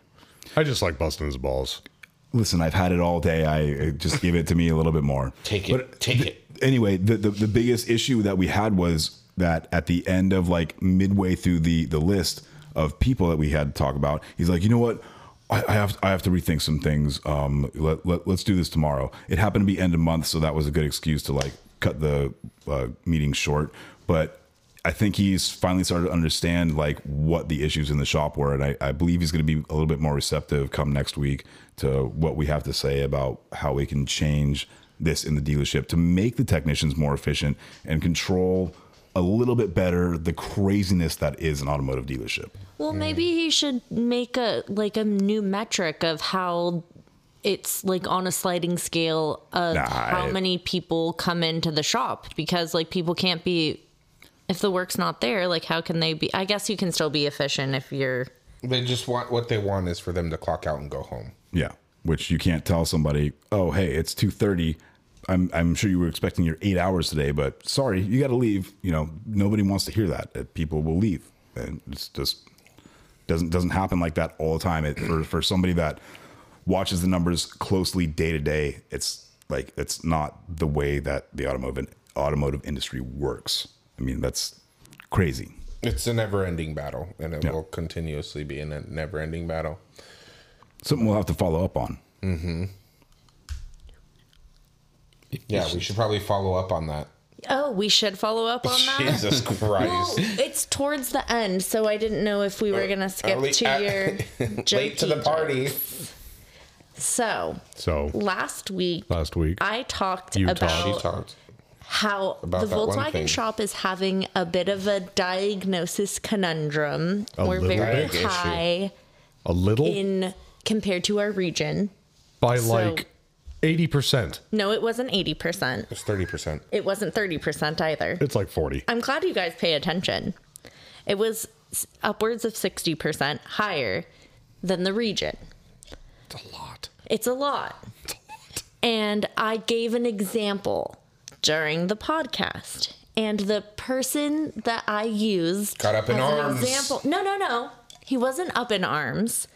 Speaker 4: I just like busting his balls.
Speaker 1: Listen, I've had it all day. I uh, just give it to me a little bit more.
Speaker 3: Take it. take it.
Speaker 1: anyway, the, the the biggest issue that we had was that at the end of like midway through the the list of people that we had to talk about, he's like, you know what? I, I have I have to rethink some things. Um, let, let us do this tomorrow. It happened to be end of month, so that was a good excuse to like cut the uh, meeting short. But I think he's finally started to understand like what the issues in the shop were, and I, I believe he's going to be a little bit more receptive come next week to what we have to say about how we can change this in the dealership to make the technicians more efficient and control a little bit better the craziness that is an automotive dealership.
Speaker 2: Well, maybe he should make a like a new metric of how it's like on a sliding scale of
Speaker 1: Nah,
Speaker 2: Uh, how
Speaker 1: I-
Speaker 2: many people come into the shop because like people can't be if the work's not there, like how can they be I guess you can still be efficient if you're
Speaker 3: They just want what they want is for them to clock out and go home.
Speaker 1: Yeah, which you can't tell somebody, oh hey, it's two thirty. I'm I'm sure you were expecting your eight hours today, but sorry, you got to leave. You know, nobody wants to hear that. Uh, People will leave, and it's just doesn't doesn't happen like that all the time. It, for for somebody that watches the numbers closely day to day, it's like it's not the way that the automotive automotive industry works. I mean, that's crazy.
Speaker 3: It's a never-ending battle, and it
Speaker 1: Yeah.
Speaker 3: will continuously be a ne- never-ending battle.
Speaker 1: Something we'll have to follow up on.
Speaker 3: Yeah, we should probably follow up on that.
Speaker 2: Oh, we should follow up on that.
Speaker 3: Jesus
Speaker 2: Well,
Speaker 3: Christ!
Speaker 2: it's towards the end, so I didn't know if we were gonna skip
Speaker 3: Early- uh,
Speaker 2: to your
Speaker 3: late to the
Speaker 2: jokey
Speaker 3: party.
Speaker 2: So
Speaker 4: So
Speaker 2: last week
Speaker 4: last week,
Speaker 2: I talked
Speaker 4: You talked.
Speaker 2: about
Speaker 3: She talked.
Speaker 2: how
Speaker 3: About
Speaker 2: the
Speaker 3: that one thing.
Speaker 2: Volkswagen shop is having a bit of a diagnosis conundrum. We're
Speaker 4: little
Speaker 2: very
Speaker 3: big issue.
Speaker 2: high
Speaker 4: a little
Speaker 2: in compared to our region.
Speaker 4: by
Speaker 2: so-
Speaker 4: like 80%.
Speaker 2: No, it wasn't 80%.
Speaker 3: It's thirty percent.
Speaker 2: It wasn't 30% either.
Speaker 4: It's like 40.
Speaker 2: I'm glad you guys pay attention. It was s- upwards of 60% higher than the region.
Speaker 4: It's a lot.
Speaker 2: It's a lot. And I gave an example during the podcast. And the person that I used
Speaker 3: Caught up in
Speaker 2: as an
Speaker 3: arms.
Speaker 2: Example, no, no, no. He wasn't up in arms,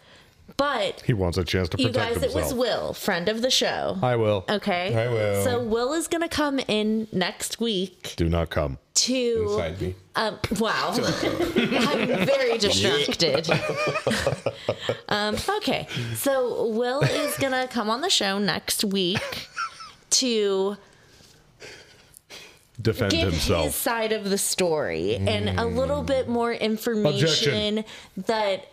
Speaker 2: but
Speaker 4: He wants a chance to
Speaker 2: you
Speaker 4: protect
Speaker 2: guys, it
Speaker 4: himself.
Speaker 2: was Will, friend of the show.
Speaker 4: I will.
Speaker 2: Okay.
Speaker 3: I will.
Speaker 2: So Will is gonna come in next week
Speaker 4: Do not come.
Speaker 2: to
Speaker 3: Inside me.
Speaker 2: um, wow. I'm very distracted. um, okay. So, Will is going to come on the show next week to
Speaker 4: Defend
Speaker 2: give his
Speaker 4: himself.
Speaker 2: side of the story and a little bit more information
Speaker 4: Objection.
Speaker 2: that.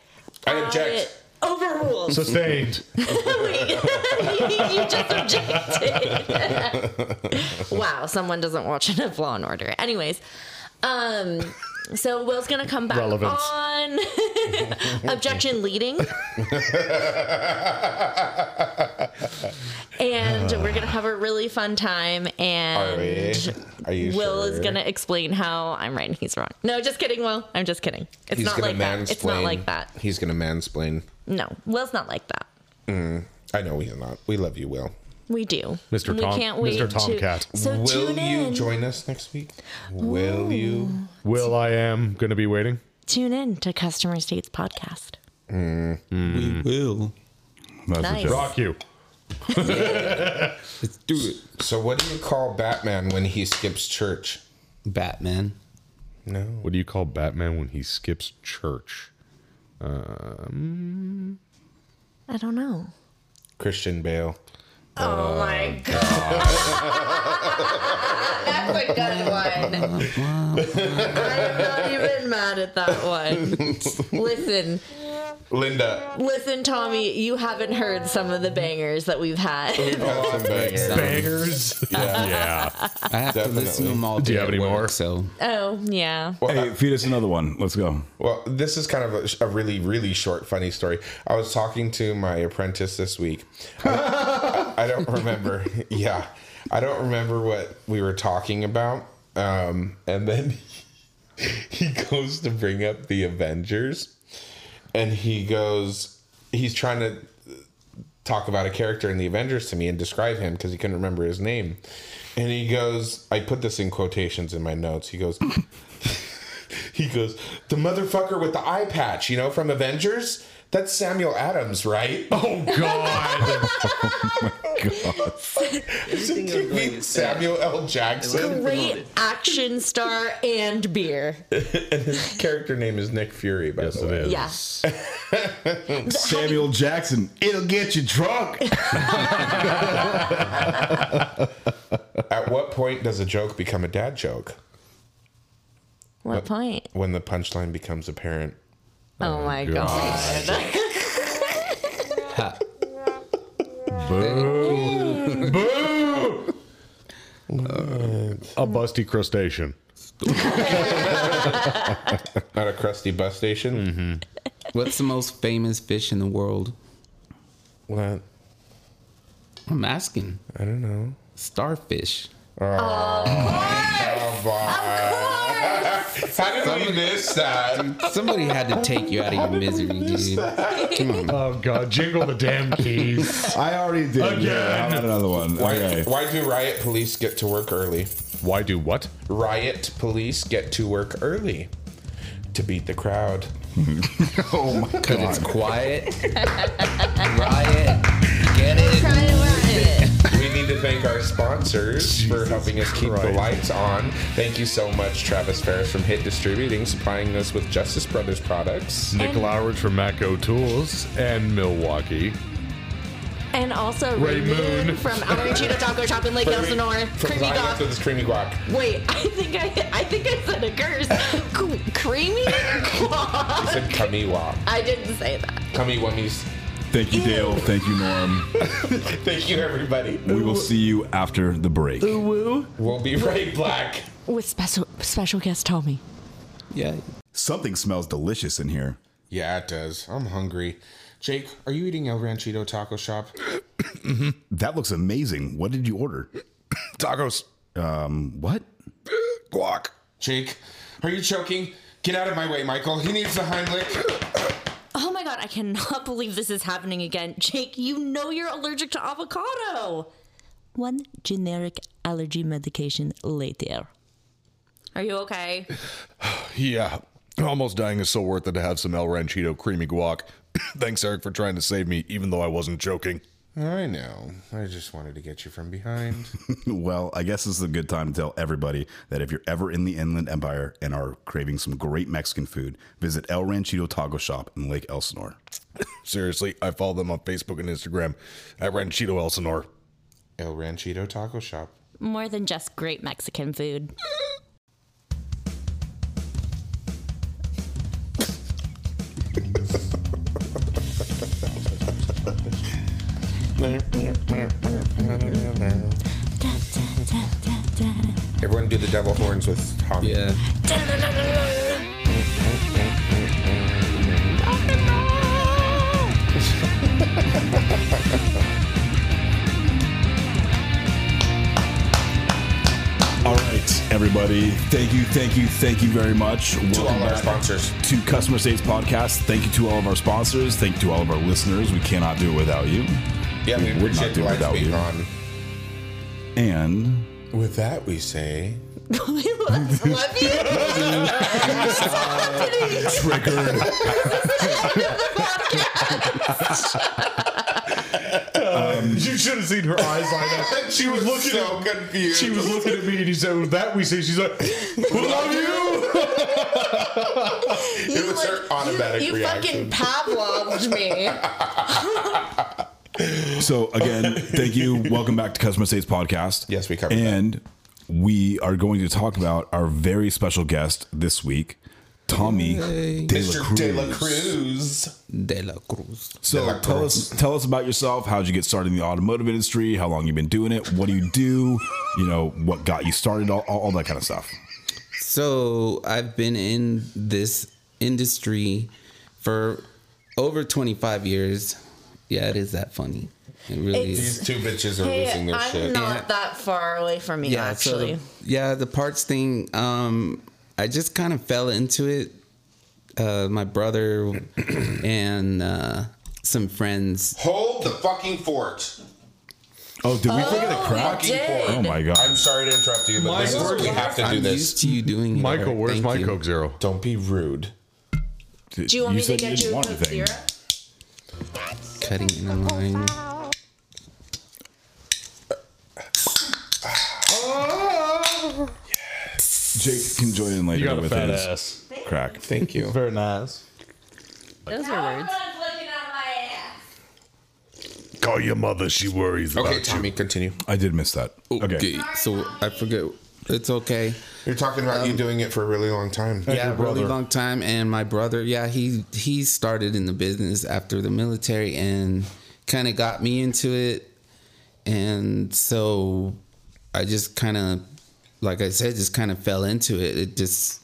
Speaker 3: I object.
Speaker 2: I- Overruled.
Speaker 4: Sustained.
Speaker 2: Wait. you just objected. wow, someone doesn't watch enough Law and Order. Anyways, um, so Will's gonna come back
Speaker 4: Relevance.
Speaker 2: on objection leading, and we're gonna have a really fun time.
Speaker 3: Are we?
Speaker 2: And
Speaker 3: Are you
Speaker 2: Will
Speaker 3: sure?
Speaker 2: is gonna explain how I'm right and he's wrong. No, just kidding, Will. I'm just kidding. It's
Speaker 3: He's
Speaker 2: not
Speaker 3: gonna
Speaker 2: like that. It's not
Speaker 3: mansplain.
Speaker 2: like that.
Speaker 3: He's gonna mansplain.
Speaker 2: No, Will's not like that.
Speaker 3: I know he's not. We love you, Will.
Speaker 2: We do.
Speaker 4: Mr.
Speaker 2: And We
Speaker 4: Tom-
Speaker 2: can't
Speaker 4: Mr.
Speaker 2: wait to-
Speaker 4: Tomcat.
Speaker 2: so
Speaker 3: Will
Speaker 2: tune
Speaker 3: you
Speaker 2: in.
Speaker 3: join us next week? Will you?
Speaker 4: Will I am going to be waiting.
Speaker 2: tune in to Customer States Podcast.
Speaker 3: Mm.
Speaker 6: We will.
Speaker 1: That's
Speaker 2: Nice.
Speaker 1: a joke.
Speaker 4: Rock you.
Speaker 6: Let's do it.
Speaker 3: So what do you call Batman when he skips church?
Speaker 6: Batman.
Speaker 3: No.
Speaker 4: What do you call Batman when he skips church?
Speaker 2: I don't know.
Speaker 3: Christian Bale.
Speaker 2: Oh my god. That's a good one. I'm not even mad at that one. Listen,
Speaker 3: Linda.
Speaker 2: listen, Tommy, you haven't heard some of the bangers that we've had.
Speaker 3: Awesome banger.
Speaker 4: Bangers. Yeah.
Speaker 6: I have to listen to them all day.
Speaker 4: Do you have
Speaker 6: at
Speaker 4: any
Speaker 6: work,
Speaker 4: more?
Speaker 6: So
Speaker 2: Oh, yeah.
Speaker 1: Hey, feed us another one. Let's go.
Speaker 3: Well, this is kind of a, a really, really short, funny story. I was talking to my apprentice this week. I, I don't remember. Yeah. I don't remember what we were talking about. Um, and then he goes to bring up the Avengers. And he goes, he's trying to talk about a character in the Avengers to me and describe him because he couldn't remember his name. And he goes, I put this in quotations in my notes. He goes, he goes, the motherfucker with the eye patch, you know, from Avengers? That's Samuel Adams, right?
Speaker 4: Oh, God. Oh,
Speaker 3: Doesn't he mean Samuel L. Jackson.
Speaker 2: Great action star and beer.
Speaker 3: His character name is Nick Fury, by the way.
Speaker 2: Yes.
Speaker 1: Samuel Jackson, it'll get you drunk.
Speaker 3: At what point does a joke become a dad joke?
Speaker 2: What point?
Speaker 3: When the punchline becomes apparent.
Speaker 2: Oh my
Speaker 4: God.
Speaker 2: god.
Speaker 4: Boo! a busty crustacean.
Speaker 3: At a crusty bus station?
Speaker 6: what's the most famous fish in the world?
Speaker 3: What?
Speaker 6: I'm asking.
Speaker 3: I don't know.
Speaker 6: Starfish.
Speaker 3: Come on. How did we miss that?
Speaker 6: Somebody had to take you out of your misery, dude.
Speaker 4: Oh God! Jingle the damn keys.
Speaker 1: I already did.
Speaker 4: Again.
Speaker 1: Yeah, I had another one.
Speaker 3: Why,
Speaker 1: Okay.
Speaker 3: why do riot police get to work early?
Speaker 4: Why do what?
Speaker 3: Riot police get to work early to beat the crowd.
Speaker 1: Oh my
Speaker 6: Cause it's quiet. Riot. Get it?
Speaker 2: Try to wear it.
Speaker 3: We need to thank our sponsors for helping us keep the
Speaker 4: Christ.
Speaker 3: lights on. Thank you so much, Travis Ferris from Hit Distributing, supplying us with Justice Brothers products.
Speaker 4: Nick Lowridge from Macco Tools and Milwaukee.
Speaker 2: And also
Speaker 4: Ray
Speaker 2: Ray,
Speaker 4: Moon.
Speaker 2: Moon. from Amarantino Taco Shop in Lake El Sonora.
Speaker 3: From
Speaker 2: Creamy
Speaker 3: Zion to
Speaker 2: Goth.
Speaker 3: this creamy guac.
Speaker 2: Wait, I think I I think I said a curse. C- creamy
Speaker 3: I
Speaker 2: Goth.
Speaker 3: said cummy wop.
Speaker 2: I didn't say that.
Speaker 3: Cummy wummies.
Speaker 1: Thank you, Dale. Thank you, Norm.
Speaker 3: Thank you, everybody.
Speaker 1: We will see you after the break.
Speaker 3: We'll be right back.
Speaker 2: With special special guest Tommy.
Speaker 6: Yeah.
Speaker 1: Something smells delicious in here.
Speaker 3: Yeah, it does. I'm hungry. Jake, are you eating El Ranchito Taco Shop?
Speaker 1: That looks amazing. What did you order? Um,
Speaker 4: Tacos.
Speaker 1: What?
Speaker 4: Guac.
Speaker 3: Jake, are you choking? Get out of my way, Michael. He needs the Heimlich.
Speaker 2: Oh my god, I cannot believe this is happening again. Jake, you know you're allergic to avocado. one generic allergy medication later. Are you okay?
Speaker 4: Yeah. Almost dying is so worth it to have some El Ranchito creamy guac. Thanks, Eric, for trying to save me, even though I wasn't joking.
Speaker 3: I know. I just wanted to get you from behind.
Speaker 1: Well, I guess this is a good time to tell everybody that if you're ever in the Inland Empire and are craving some great Mexican food, visit El Ranchito Taco Shop in Lake Elsinore.
Speaker 4: Seriously, I follow them on Facebook and Instagram at Ranchito Elsinore.
Speaker 3: El Ranchito Taco Shop.
Speaker 2: More than just great Mexican food.
Speaker 3: Everyone do the devil horns with um, Tom.
Speaker 6: Yeah.
Speaker 1: All right, everybody. Thank you, thank you, thank you very much.
Speaker 3: To all our sponsors.
Speaker 1: to Customer States Podcast. Thank you to all of our sponsors. Thank you to all of our listeners. We cannot do it without you.
Speaker 3: Yeah, we
Speaker 1: would not
Speaker 3: appreciate
Speaker 1: do
Speaker 3: the lights
Speaker 1: without
Speaker 3: being
Speaker 1: you.
Speaker 3: on.
Speaker 1: And
Speaker 3: With that, we say.
Speaker 2: Love you.
Speaker 1: triggered.
Speaker 4: You should have seen her eyes light up. She was looking
Speaker 3: so
Speaker 4: at,
Speaker 3: confused.
Speaker 4: She was looking at me and he said, "With that we say she's like, We love you.
Speaker 3: It was her automatic
Speaker 2: you, you
Speaker 3: reaction.
Speaker 2: fucking Pavloved me.
Speaker 1: So again, thank you. Welcome back to Customer States Podcast.
Speaker 3: Yes, we covered that.
Speaker 1: And we are going to talk about our very special guest this week, Tommy De La
Speaker 3: Mr.
Speaker 1: Cruz.
Speaker 3: De La Cruz.
Speaker 6: De la Cruz.
Speaker 1: So
Speaker 3: De La
Speaker 1: tell us tell us about yourself. How'd you get started in the automotive industry? How long you been doing it? What do you do? You know what got you started? All, all, all that kind of stuff.
Speaker 6: So I've been in this industry for over 25 years. Yeah, it is that funny. It really
Speaker 2: It's-
Speaker 6: is.
Speaker 3: These two bitches are losing
Speaker 2: Hey,
Speaker 3: their
Speaker 2: I'm
Speaker 3: shit.
Speaker 6: Yeah.
Speaker 2: not that far away from you,
Speaker 6: so
Speaker 2: actually.
Speaker 6: the- yeah, the parts thing. Um, I just kind of fell into it. Uh, my brother and uh, some friends.
Speaker 3: Hold the fucking fort.
Speaker 1: Oh, did we forget the
Speaker 2: Oh,
Speaker 1: crack?
Speaker 2: we did.
Speaker 1: Oh my god!
Speaker 3: I'm sorry to interrupt you, but
Speaker 4: My
Speaker 3: this is,
Speaker 4: word.
Speaker 3: we have to do
Speaker 6: I'm
Speaker 3: this.
Speaker 6: used to you doing it.
Speaker 4: Michael,
Speaker 6: Eric.
Speaker 4: where's
Speaker 6: Thank
Speaker 4: my
Speaker 6: you.
Speaker 4: Coke Zero?
Speaker 3: Don't be rude.
Speaker 2: Do you want me to
Speaker 1: said
Speaker 2: get
Speaker 1: didn't
Speaker 2: you a
Speaker 1: want
Speaker 2: Coke
Speaker 1: anything.
Speaker 2: Zero?
Speaker 6: Cutting in a line.
Speaker 1: Jake can join in later with his
Speaker 4: ass.
Speaker 1: crack.
Speaker 3: Thank you.
Speaker 4: Very nice.
Speaker 2: Those are words.
Speaker 4: Call your mother. She worries
Speaker 3: Okay,
Speaker 4: about
Speaker 3: Tommy, continue.
Speaker 1: I did miss that.
Speaker 6: Okay.
Speaker 1: okay.
Speaker 6: So I forget. It's okay.
Speaker 3: You're talking about you doing it for a really long time.
Speaker 6: yeah, really long time. And my brother, yeah, he he started in the business after the military and kind of got me into it. And so I just kind of, like I said, just kind of fell into it. It just,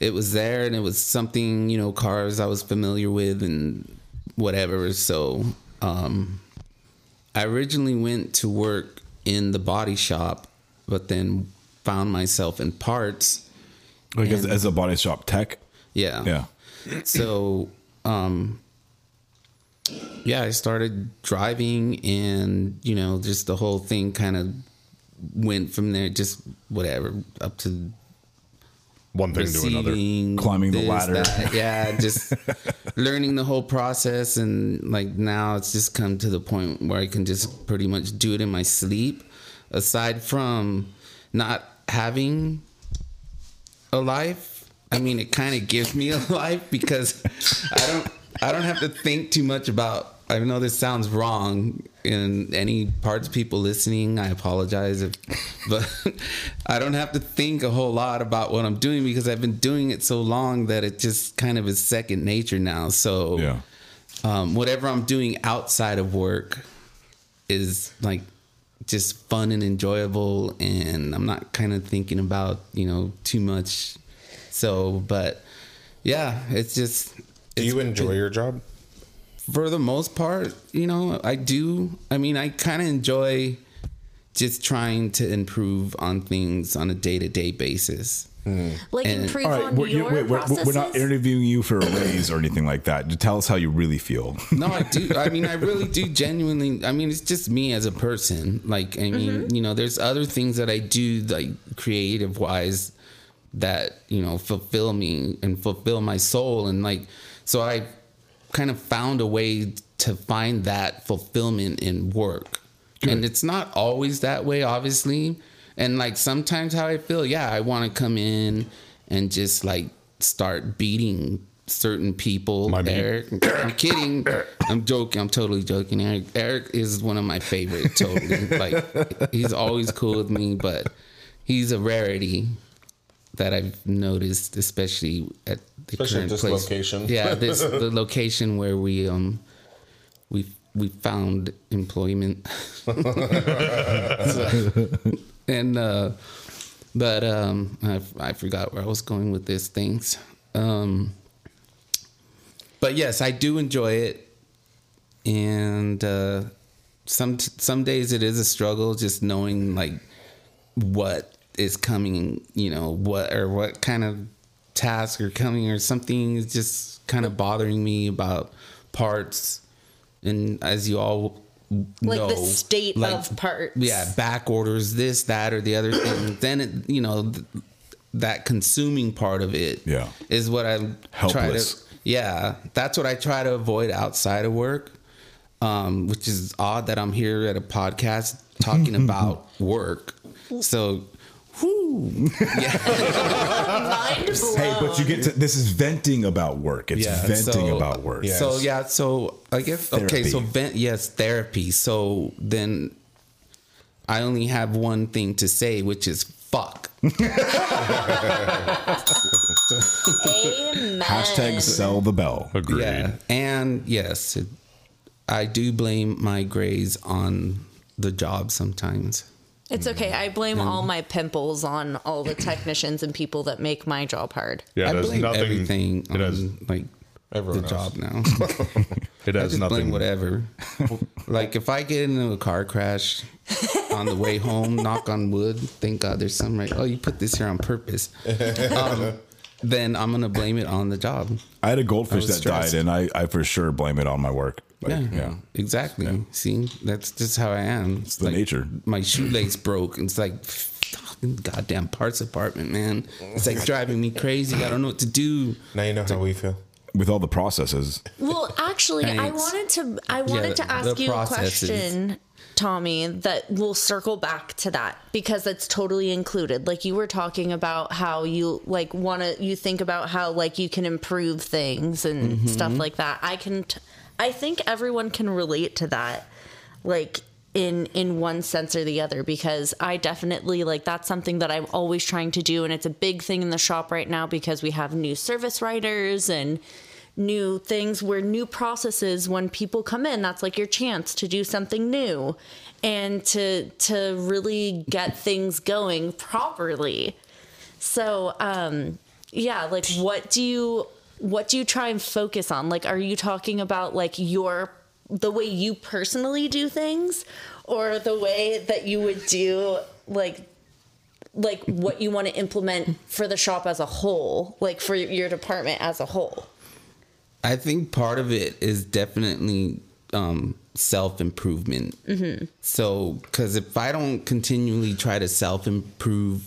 Speaker 6: it was there and it was something, you know, cars I was familiar with and whatever. So um, I originally went to work in the body shop, but then found myself in parts.
Speaker 1: Like as, as a body shop tech.
Speaker 6: Yeah.
Speaker 1: Yeah.
Speaker 6: So, um, yeah, I started driving and, you know, just the whole thing kind of went from there, just whatever, up to
Speaker 4: one thing to another.
Speaker 6: receiving,
Speaker 1: Climbing the ladder.
Speaker 6: Yeah, just learning the whole process. And like now it's just come to the point where I can just pretty much do it in my sleep. Aside from not having a life, I mean, it kind of gives me a life because I don't, I don't have to think too much about. I know this sounds wrong, and any parts people listening, I apologize. If, but I don't have to think a whole lot about what I'm doing because I've been doing it so long that it just kind of is second nature now. So,
Speaker 1: Yeah.
Speaker 6: um, whatever I'm doing outside of work is like just fun and enjoyable, and I'm not kind of thinking about you know too much. So, but yeah, it's just
Speaker 3: Do you enjoy your job?
Speaker 6: for the most part, you know, I do. I mean, I kind of enjoy just trying to improve on things on a day to day basis.
Speaker 2: Like improve
Speaker 1: All right,
Speaker 2: on
Speaker 1: we're, you-
Speaker 2: your
Speaker 1: wait, we're,
Speaker 2: processes.
Speaker 1: we're not interviewing you for a raise or anything like that. Just tell us how you really feel.
Speaker 6: No, I do. I mean, I really do genuinely. I mean, it's just me as a person. Like, I mean, you know, there's other things that I do, like creative wise, that, you know, fulfill me and fulfill my soul. And like, so I kind of found a way to find that fulfillment in work. And it's not always that way, obviously. And like sometimes how I feel, yeah, I want to come in and just like start beating certain people.
Speaker 4: My man.
Speaker 6: Eric, I'm kidding. I'm joking. I'm totally joking. Eric, Eric is one of my favorite. Totally, like he's always cool with me, but he's a rarity that I've noticed, especially at the
Speaker 3: Especially
Speaker 6: current
Speaker 3: at this
Speaker 6: place.
Speaker 3: location.
Speaker 6: Yeah, this the location where we um we we found employment. So- and uh, but um, I I forgot where I was going with this things. Um, but yes, I do enjoy it, and uh, some some days it is a struggle just knowing like what is coming, you know, what or what kind of task or coming or something is just kind of bothering me about parts, and as you all
Speaker 2: like
Speaker 6: know,
Speaker 2: the state
Speaker 6: like,
Speaker 2: of parts.
Speaker 6: yeah back orders this that or the other thing then it you know th- that consuming part of it
Speaker 1: Yeah.
Speaker 6: is what i try to
Speaker 1: Helpless.
Speaker 6: yeah that's what i try to avoid outside of work um which is odd that i'm here at a podcast talking about work so whoo
Speaker 2: Mind blown.
Speaker 1: Hey, but you get to this is venting about work. It's
Speaker 6: yeah
Speaker 1: venting
Speaker 6: so-
Speaker 1: about work.
Speaker 6: so yeah so i guess okay so
Speaker 1: Therapy.
Speaker 6: vent yes therapy so then i only have one thing to say which is fuck
Speaker 2: Amen.
Speaker 1: Hashtag sell the bell.
Speaker 4: Agreed.
Speaker 6: Yeah, and yes, it, I do blame my grades on the job sometimes.
Speaker 2: It's okay. I
Speaker 1: Mm.
Speaker 2: blame all my pimples on all the technicians and people that make my job hard.
Speaker 4: Yeah,
Speaker 6: I
Speaker 4: it has
Speaker 6: blame
Speaker 4: nothing.
Speaker 6: everything
Speaker 4: It
Speaker 6: on
Speaker 4: has.
Speaker 6: like
Speaker 3: Everyone
Speaker 6: the
Speaker 3: else.
Speaker 6: job now.
Speaker 4: It
Speaker 6: I
Speaker 4: has
Speaker 6: just
Speaker 4: nothing.
Speaker 6: blame whatever. like if I get into a car crash on the way home, knock on wood. Thank God there's some right. Oh, you put this here on purpose. Um, then I'm gonna blame it on the job.
Speaker 1: I had a
Speaker 6: I
Speaker 1: goldfish
Speaker 6: was
Speaker 1: that
Speaker 6: stressed.
Speaker 1: died, and I, I for sure blame it on my work. Like,
Speaker 6: yeah,
Speaker 1: yeah.
Speaker 6: exactly. See, that's just how I am. It's
Speaker 1: the nature.
Speaker 6: My shoelace broke. It's like fucking goddamn parts apartment, man. It's like driving me crazy. I don't know what to do.
Speaker 3: Now you know how we feel.
Speaker 1: With all the processes,
Speaker 2: Well, actually, I
Speaker 6: Thanks.
Speaker 2: wanted to I wanted
Speaker 6: Yeah,
Speaker 2: to ask
Speaker 6: the
Speaker 2: you
Speaker 6: processes.
Speaker 2: a question, Tommy, that we'll circle back to that because that's totally included. Like you were talking about how you like want to you think about how like you can improve things and
Speaker 6: Mm-hmm.
Speaker 2: stuff like that. I can t- I think everyone can relate to that. Like in in one sense or the other because I definitely like that's something that I'm always trying to do and it's a big thing in the shop right now because we have new service writers and new things where new processes when people come in that's like your chance to do something new and to to really get things going properly so um yeah like what do you what do you try and focus on like are you talking about like your the way you personally do things or the way that you would do like like what you want to implement for the shop as a whole like for your department as a whole
Speaker 6: I think part of it is definitely um, self improvement. So, because if I don't continually try to self improve,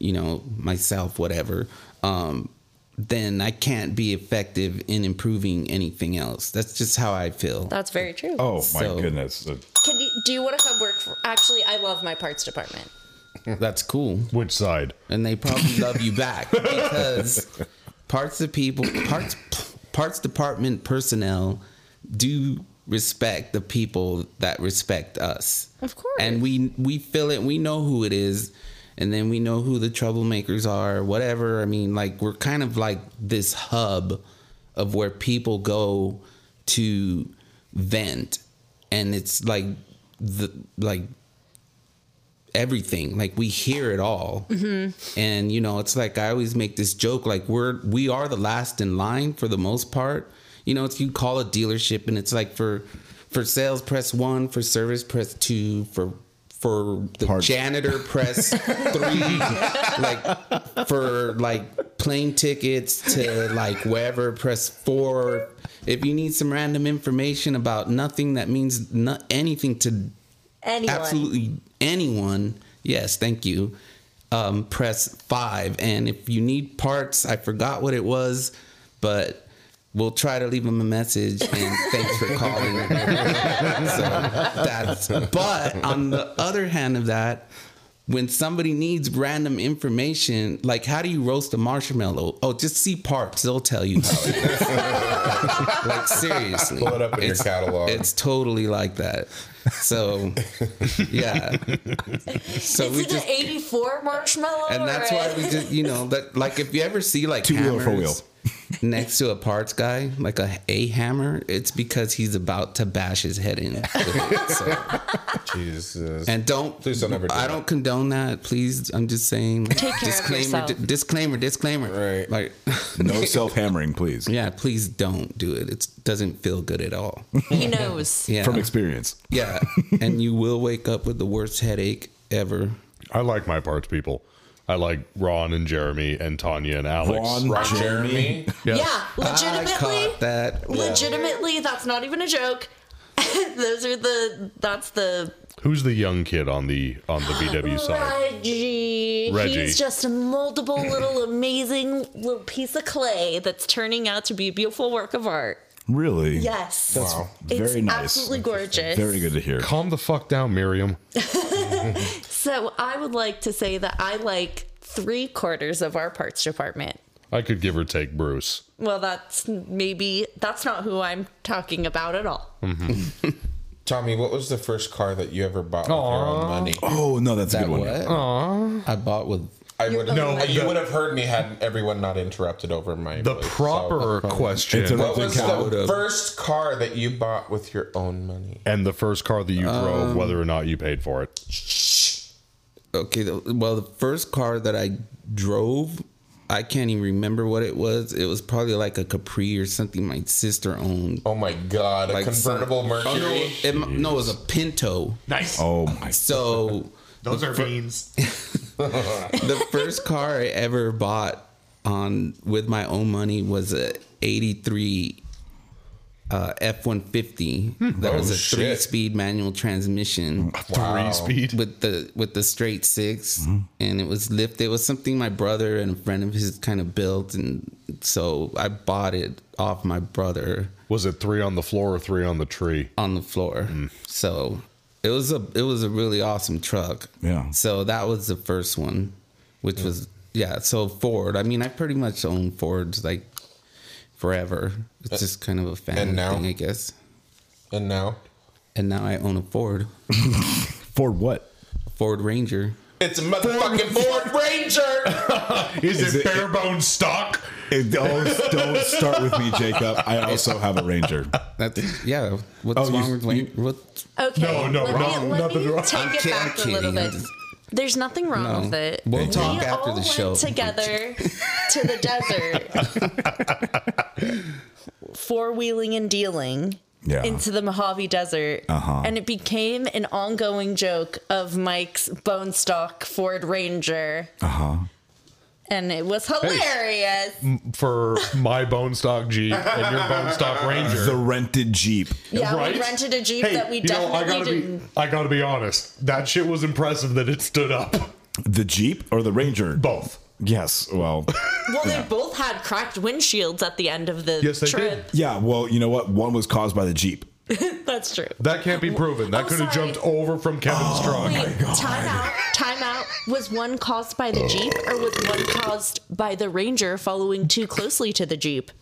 Speaker 6: you know, myself, whatever, um, then I can't be effective in improving anything else. That's just how I feel.
Speaker 2: That's very true.
Speaker 1: oh my
Speaker 6: So-
Speaker 1: goodness,
Speaker 2: Can you, do you want to come work for? Actually, I love my parts department.
Speaker 6: That's cool.
Speaker 4: Which side?
Speaker 6: and they probably love you back because parts of people parts parts department personnel do respect the people that respect us
Speaker 2: Of course.
Speaker 6: and we we feel it we know who it is and then we know who the troublemakers are whatever i mean like we're kind of like this hub of where people go to vent and it's like the like everything like we hear it all and you know it's like i always make this joke like we're we are the last in line for the most part you know it's you call a dealership and it's like for for sales press one for service press two for for the
Speaker 1: Hard-
Speaker 6: janitor press three, like for like plane tickets to like wherever press four. If you need some random information about nothing that means no- anything to
Speaker 2: Anyone.
Speaker 6: absolutely anyone, yes, thank you. Um, press five, and if you need parts, I forgot what it was, but we'll try to leave them a message. And thanks for calling. so that's. But on the other hand of that, when somebody needs random information, like how do you roast a marshmallow? Oh, just see parts; they'll tell you. How it is. like seriously,
Speaker 3: Pull it up in your catalog.
Speaker 6: It's totally like that. So, yeah. So
Speaker 2: Is
Speaker 6: we
Speaker 2: it
Speaker 6: just
Speaker 2: an 84 marshmallow?
Speaker 6: and that's
Speaker 2: or
Speaker 6: why
Speaker 2: a-
Speaker 6: we just you know that like if you ever see like
Speaker 1: Two-wheel or
Speaker 6: hammers
Speaker 1: four-wheel?
Speaker 6: next to a parts guy like a a hammer it's because he's about to bash his head in with it, so.
Speaker 3: Jesus.
Speaker 6: and don't
Speaker 3: Please don't ever do
Speaker 6: I
Speaker 3: that.
Speaker 6: don't condone that please I'm just saying like,
Speaker 2: Take care of
Speaker 6: disclaimer
Speaker 2: yourself.
Speaker 6: di- disclaimer disclaimer
Speaker 3: Right.
Speaker 6: like
Speaker 1: No self hammering, please.
Speaker 6: yeah please don't do it it doesn't feel good at all
Speaker 2: He knows.
Speaker 6: yeah
Speaker 1: From experience.
Speaker 6: yeah and you will wake up with the worst headache ever
Speaker 4: I like my parts people. I like Ron and Jeremy and Tanya and Alex.
Speaker 3: Ron Jeremy.
Speaker 2: Yeah,
Speaker 6: Ah, I caught
Speaker 2: legitimately.
Speaker 6: that
Speaker 2: Legitimately, that's not even a joke. Those are the. That's the
Speaker 4: Who's the young kid on the on the BW side?
Speaker 2: Reggie.
Speaker 4: Reggie.
Speaker 2: He's just a moldable little amazing little piece of clay that's turning out to be a beautiful work of art.
Speaker 1: Really?
Speaker 2: Yes.
Speaker 3: Wow.
Speaker 2: It's
Speaker 1: Very nice.
Speaker 2: absolutely gorgeous.
Speaker 1: Very good to hear.
Speaker 4: Calm the fuck down, Miriam.
Speaker 2: So I would like to say that I like three quarters of our parts department.
Speaker 4: I could give or take Bruce.
Speaker 2: Well, that's maybe that's not who I'm talking about at all.
Speaker 3: Tommy, what was the first car that you ever bought with your own money?
Speaker 1: Oh, no, that's a
Speaker 6: that
Speaker 1: good one.
Speaker 6: what I bought with
Speaker 3: I would
Speaker 4: No,
Speaker 3: no. You
Speaker 4: the-
Speaker 3: would have heard me had everyone not interrupted over my.
Speaker 4: The
Speaker 3: voice, so-
Speaker 4: proper question
Speaker 1: It's a-
Speaker 3: What was
Speaker 1: Count.
Speaker 3: the first car that you bought with your own money?
Speaker 4: and the first car that you
Speaker 2: Um,
Speaker 4: drove, whether or not you paid for it.
Speaker 6: okay the, well the first car that i drove i can't even remember what it was it was probably like a capri or something my sister owned
Speaker 3: Oh my god, a
Speaker 6: like some-
Speaker 3: convertible
Speaker 6: Oh, no,
Speaker 3: Mercury.
Speaker 6: it, no it was a pinto
Speaker 8: Nice.
Speaker 1: Oh, my.
Speaker 6: so
Speaker 8: Those are beans.
Speaker 6: the first car i ever bought on with my own money was a 83 uh, f-150 that was
Speaker 3: Hmm.
Speaker 6: a
Speaker 3: Oh, shit.
Speaker 6: three-speed manual transmission
Speaker 3: Oh.
Speaker 4: Three speed.
Speaker 6: with the with the straight 6 and it was lifted. It was something my brother and a friend of his kind of built, and so I bought it off my brother
Speaker 4: Was it three on the floor or three on the tree?
Speaker 6: on the floor. So it was a it was a really awesome truck.
Speaker 1: Yeah.
Speaker 6: So that was the first one, which was yeah. So Ford. I mean, I pretty much own Fords like forever. It's just kind of a fan
Speaker 3: and now?
Speaker 6: thing, I guess.
Speaker 3: And now
Speaker 6: And now I own a Ford,
Speaker 1: For what?
Speaker 6: Ford Ranger.
Speaker 3: it's a motherfucking Ford Ranger.
Speaker 4: Is,
Speaker 1: Is it-
Speaker 4: it, bare bones stock?
Speaker 1: It, don't, don't start with me, Jacob. I also have a Ranger.
Speaker 6: That's yeah. What's
Speaker 1: Oh, you-
Speaker 6: wrong with
Speaker 1: you-
Speaker 6: Wayne? What?
Speaker 2: Okay.
Speaker 4: No, no,
Speaker 2: let
Speaker 4: wrong.
Speaker 2: Me, let
Speaker 4: Nothing
Speaker 2: me
Speaker 4: wrong.
Speaker 2: Take
Speaker 6: I'm
Speaker 2: it
Speaker 6: kid-
Speaker 2: back
Speaker 6: I'm
Speaker 2: a little
Speaker 6: kidding. I'm
Speaker 2: bit.
Speaker 6: just-
Speaker 2: There's nothing wrong with it.
Speaker 6: We'll talk
Speaker 2: we
Speaker 6: after
Speaker 2: all
Speaker 6: the
Speaker 2: went
Speaker 6: show.
Speaker 2: together to the desert, four wheeling and dealing.
Speaker 1: Yeah.
Speaker 2: Into the Mojave Desert,
Speaker 6: Uh-huh.
Speaker 2: and it became an ongoing joke of Mike's bone stock Ford Ranger,
Speaker 1: Uh
Speaker 6: Uh-huh.
Speaker 1: huh.
Speaker 2: and it was hilarious.
Speaker 4: Mm, For my bone stock Jeep and your bone stock Ranger.
Speaker 1: The rented Jeep.
Speaker 2: yeah,
Speaker 4: right?
Speaker 2: we rented a jeep
Speaker 4: Hey,
Speaker 2: that we
Speaker 4: you know,
Speaker 2: definitely
Speaker 4: I gotta
Speaker 2: didn't.
Speaker 4: be I gotta be honest. That shit was impressive that it stood up.
Speaker 1: The Jeep or the Ranger?
Speaker 4: Both.
Speaker 1: Yes. Well,
Speaker 2: Well, they both had cracked windshields at the end of the
Speaker 4: Yes, they
Speaker 2: trip.
Speaker 1: yeah. Well, you know what? One was caused by the Jeep.
Speaker 2: That's true.
Speaker 4: That can't be proven. That
Speaker 2: Oh,
Speaker 4: could have
Speaker 2: sorry. Oh,
Speaker 4: jumped over from Kevin's
Speaker 1: Oh
Speaker 4: truck.
Speaker 2: Wait, time out. Time out. Was one caused by the Jeep or was one caused by the Ranger following too closely to the Jeep?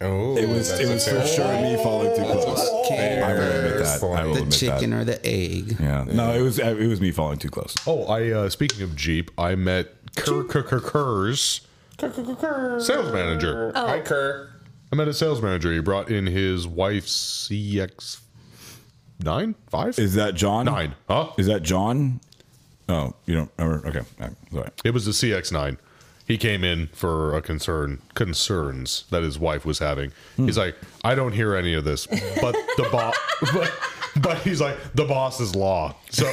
Speaker 3: Oh,
Speaker 1: It was, it was for sure me falling too close. I will admit that. I will
Speaker 6: The
Speaker 1: admit
Speaker 6: chicken
Speaker 1: that.
Speaker 6: or the egg?
Speaker 1: Yeah. No, it was it was me falling too close.
Speaker 4: Oh, I uh speaking of Jeep, I met Kerr Kerr Kerr Kerr's sales manager.
Speaker 3: Hi, Kerr.
Speaker 4: I met a sales manager. He brought in his wife's CX nine five
Speaker 1: Is that John?
Speaker 4: nine. Huh?
Speaker 1: Is that John? Oh, you don't remember? Okay. All right. Sorry.
Speaker 4: It was the CX nine. He came in for a concern Hmm. concerns that his wife was having. He's like, I don't hear any of this, but the boss, but, but he's like, the boss is law. So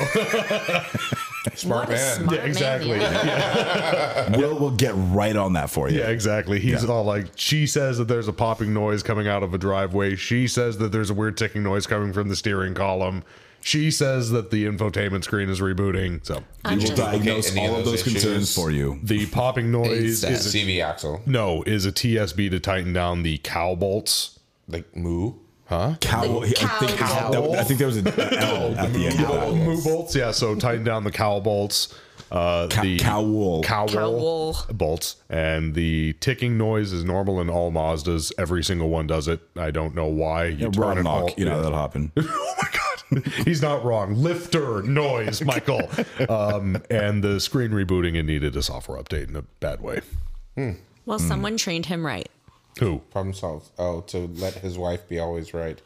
Speaker 2: What
Speaker 3: Smart
Speaker 2: a
Speaker 3: man.
Speaker 2: smart
Speaker 4: Yeah, exactly.
Speaker 2: man you are.
Speaker 1: Will will get right on that for you.
Speaker 4: yeah, exactly. He's all like, she says that there's a popping noise coming out of a driveway. She says that there's a weird ticking noise coming from the steering column. She says that the infotainment screen is rebooting. So
Speaker 1: We
Speaker 2: I'm
Speaker 1: will
Speaker 2: just-
Speaker 1: diagnose
Speaker 3: any
Speaker 1: all
Speaker 3: of
Speaker 1: of
Speaker 3: those
Speaker 1: those concerns
Speaker 3: issues.
Speaker 1: for you.
Speaker 4: the popping noise
Speaker 6: ASAP.
Speaker 4: is a,
Speaker 3: CV axle.
Speaker 4: no is a TSB to tighten down the cow bolts.
Speaker 3: Like moo.
Speaker 1: Cow. I think, it's-
Speaker 2: cow.
Speaker 1: that- I think there was an L at the end of that.
Speaker 3: Moo
Speaker 4: Moo bolts, yeah. So tighten down the cowl bolts, uh,
Speaker 1: Cow-
Speaker 4: the
Speaker 1: cowl.
Speaker 4: cowl
Speaker 2: Cowl.
Speaker 4: bolts, and the ticking noise is normal in all Mazdas. Every single one does it. I don't know why. You
Speaker 1: Yeah, Ron
Speaker 4: it
Speaker 1: knock,
Speaker 4: all-
Speaker 1: you know, that'll happen.
Speaker 4: oh my god, he's not wrong. Lifter noise, Michael. um, and the screen rebooting it needed a software update in a bad way.
Speaker 2: Well, someone trained him right.
Speaker 4: Who?
Speaker 3: Problem solved. Oh, to let his wife be always right.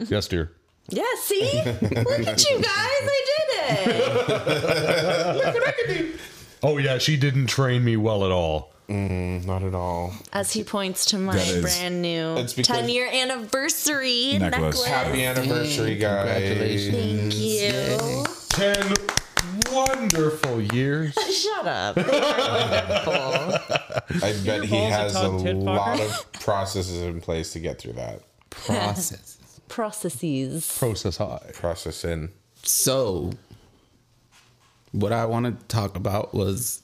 Speaker 4: yes, dear.
Speaker 2: Yeah, see? Look at you guys. I did it.
Speaker 4: Oh yeah, she didn't train me well at all.
Speaker 3: Not at all.
Speaker 2: As he points to my
Speaker 1: That is-
Speaker 2: brand new
Speaker 3: It's because-
Speaker 2: 10 year anniversary necklace.
Speaker 1: Necklace.
Speaker 3: Happy anniversary, guys.
Speaker 2: Thank you.
Speaker 4: Ten wonderful years.
Speaker 2: Shut up. They are wonderful.
Speaker 3: I bet he
Speaker 8: balls a
Speaker 3: has a
Speaker 8: tongue, tit fucker.
Speaker 3: lot of processes in place to get through that.
Speaker 6: Process.
Speaker 2: Processes.
Speaker 4: Process high.
Speaker 3: Process in.
Speaker 6: So, what I want to talk about was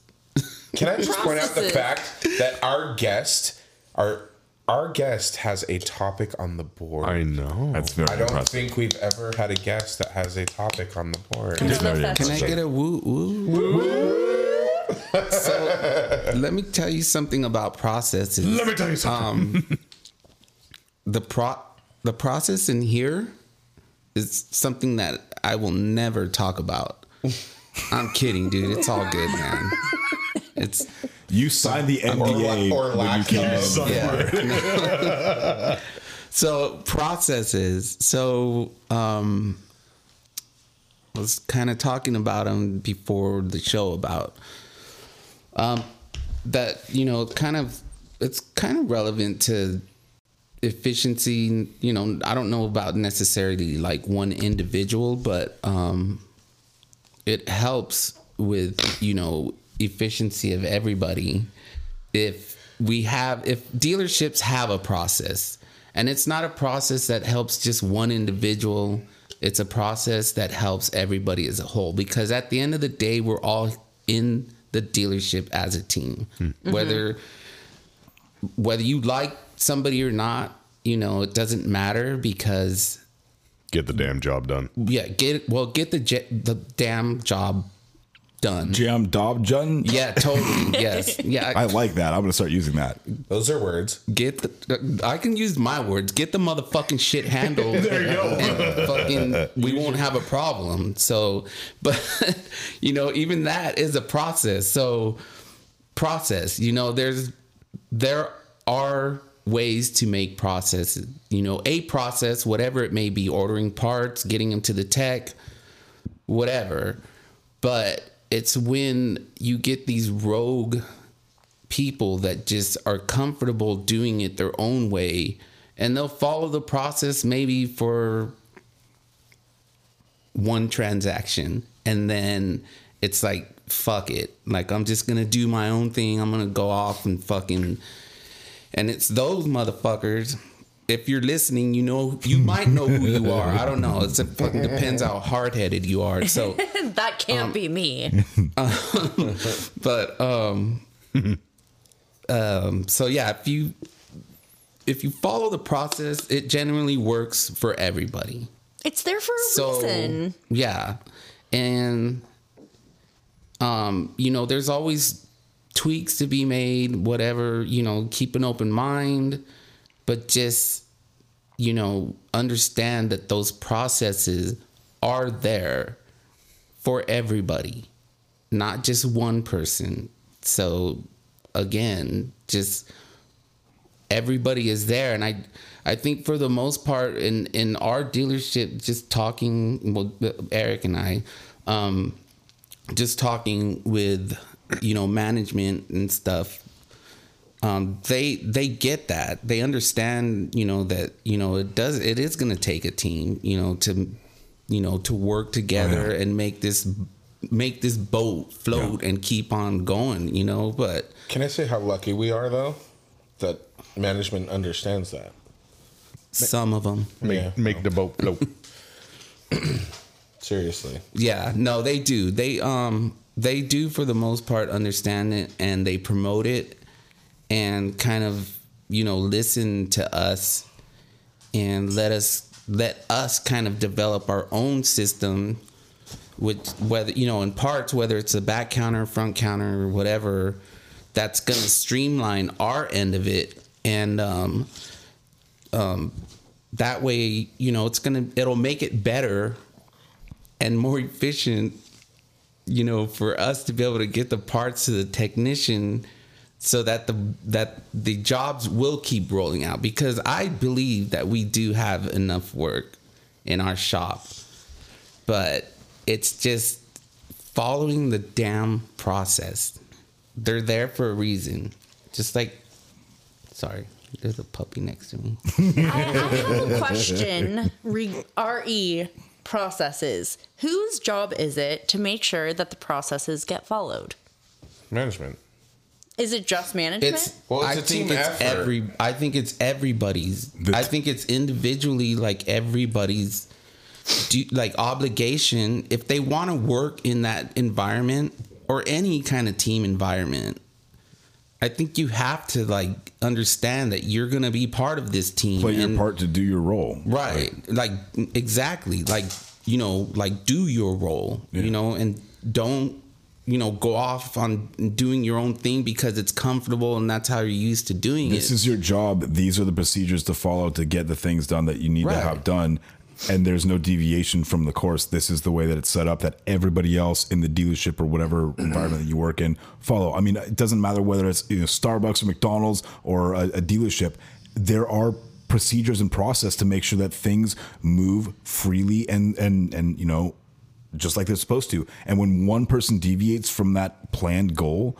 Speaker 3: Can I just point out the
Speaker 2: Processes.
Speaker 3: fact that our guest, our our guest has a topic on the board.
Speaker 4: I know.
Speaker 1: That's very
Speaker 3: I don't
Speaker 1: impressive.
Speaker 3: think we've ever had a guest that has a topic on the board.
Speaker 2: I don't know if that's
Speaker 6: Can I
Speaker 2: true.
Speaker 6: get a woo woo? so let me tell you something about processes.
Speaker 4: Let me tell you something.
Speaker 6: Um, the pro the process in here is something that I will never talk about. I'm kidding, dude. It's all good, man. It's
Speaker 1: You signed the NDA
Speaker 3: or
Speaker 1: when you
Speaker 3: lack
Speaker 1: came
Speaker 3: of.
Speaker 1: in.
Speaker 6: so processes. So um was kind of talking about them before the show about um that you know kind of it's kind of relevant to efficiency you know i don't know about necessarily like one individual but um it helps with you know efficiency of everybody if we have if dealerships have a process and it's not a process that helps just one individual it's a process that helps everybody as a whole because at the end of the day we're all in the dealership as a team whether whether you like somebody or not you know it doesn't matter because
Speaker 4: Get the damn job done.
Speaker 6: yeah get well get the j- the damn job done
Speaker 1: Jam Dob Jun?
Speaker 6: yeah, totally. yes. Yeah.
Speaker 1: I like that. I'm going to start using that.
Speaker 3: Those are words.
Speaker 6: get the. I can use my words. Get the motherfucking shit handled. there you go. And fucking, we won't have a problem. So, but you know, even that is a process. So, process. You know, there's there are ways to make processes. You know, a process, whatever it may be, ordering parts, getting them to the tech, whatever. But it's when you get these rogue people that just are comfortable doing it their own way and they'll follow the process maybe for one transaction and then it's like fuck it like i'm just gonna do my own thing i'm gonna go off and fucking and it's those motherfuckers if you're listening you know you might know who you are i don't know it's it fucking depends how hard-headed you are so
Speaker 2: That can't be me.
Speaker 6: but um um so yeah if you if you follow the process it generally works for everybody
Speaker 2: It's there for a
Speaker 6: so
Speaker 2: reason.
Speaker 6: yeah and um you know there's always tweaks to be made whatever you know keep an open mind but just you know understand that those processes are there for everybody not just one person so again just everybody is there and i i think for the most part in in our dealership just talking well eric and i um just talking with you know management and stuff um they they get that they understand you know that you know it does it is going to take a team you know to you know, to work together and make this make this boat float and keep on going, you know, but
Speaker 3: Can I say how lucky we are though that management understands that?
Speaker 6: some of them
Speaker 4: Make,
Speaker 3: Yeah.
Speaker 4: make the boat float.
Speaker 3: Seriously.
Speaker 6: Yeah, no, they do. They um they do for the most part understand it and they promote it and kind of, you know, listen to us and let us let us kind of develop our own system which whether you know in parts whether it's a back counter front counter or whatever that's going to streamline our end of it and um um that way you know it's going to it'll make it better and more efficient you know for us to be able to get the parts to the technician so that the that the jobs will keep rolling out because i believe that we do have enough work in our shop but it's just following the damn process they're there for a reason just like sorry there's a puppy next to me
Speaker 2: I, I have a question. Re- RE processes. Whose job is it to make sure that the processes get followed?
Speaker 3: Management.
Speaker 2: Is it just management?
Speaker 6: It's
Speaker 3: Well, it's
Speaker 6: I
Speaker 3: a
Speaker 6: think
Speaker 3: team
Speaker 6: it's
Speaker 3: effort.
Speaker 6: every. I think it's everybody's.
Speaker 1: The
Speaker 6: I
Speaker 1: t-
Speaker 6: think it's individually like everybody's, do, like obligation if they want to work in that environment or any kind of team environment. I think you have to like understand that you're gonna be part of this team.
Speaker 1: Play your
Speaker 6: and-
Speaker 1: part to do your role.
Speaker 6: right like exactly like you know like do your role you know and don't you know go off on doing your own thing because it's comfortable and that's how you're used to doing
Speaker 1: This
Speaker 6: it
Speaker 1: is your job. These are the procedures to follow to get the things done that you need to
Speaker 6: Right.
Speaker 1: have done. And there's no deviation from the course. This is the way that it's set up that everybody else in the dealership or whatever environment that you work in follow. I mean, it doesn't matter whether it's you know, Starbucks or McDonald's or a, a dealership. There are procedures and process to make sure that things move freely and and and you know just like they're supposed to. And when one person deviates from that planned goal,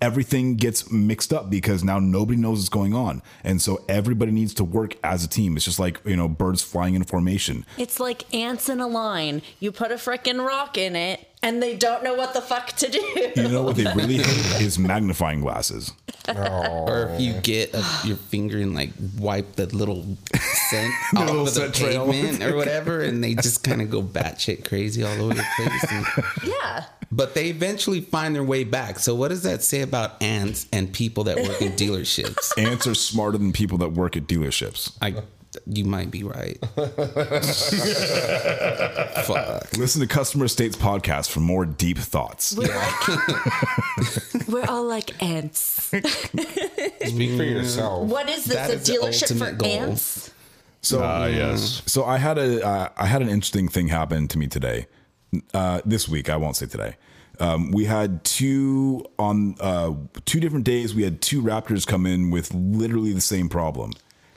Speaker 1: everything gets mixed up because now nobody knows what's going on. And so everybody needs to work as a team. It's just like, you know, birds flying in a formation.
Speaker 2: It's like ants in a line. You put a frickin' rock in it, and they don't know what the fuck to do.
Speaker 1: You know what they really hate is magnifying glasses.
Speaker 6: or if you get a, your finger and like wipe the little scent off
Speaker 1: little
Speaker 6: of the
Speaker 1: scent trail.
Speaker 6: pavement or whatever and they just kind of go batshit crazy all over the place and-
Speaker 2: Yeah.
Speaker 6: But they eventually find their way back. So, what does that say about ants and people that work in dealerships?
Speaker 1: Ants are smarter than people that work at dealerships.
Speaker 6: I, you might be right. Fuck.
Speaker 1: Listen to Customer States podcast for more deep thoughts.
Speaker 2: We're, like, we're all like ants.
Speaker 3: Speak for yourself.
Speaker 2: What is this?
Speaker 6: That
Speaker 2: a
Speaker 6: is the
Speaker 2: dealership for
Speaker 6: ultimate goal.
Speaker 2: ants?
Speaker 1: So
Speaker 4: Ah, yes.
Speaker 1: So I had a uh, I had an interesting thing happen to me today, uh, this week. I won't say today. Um, we had two on uh, two different days. We had two Raptors come in with literally the same problem,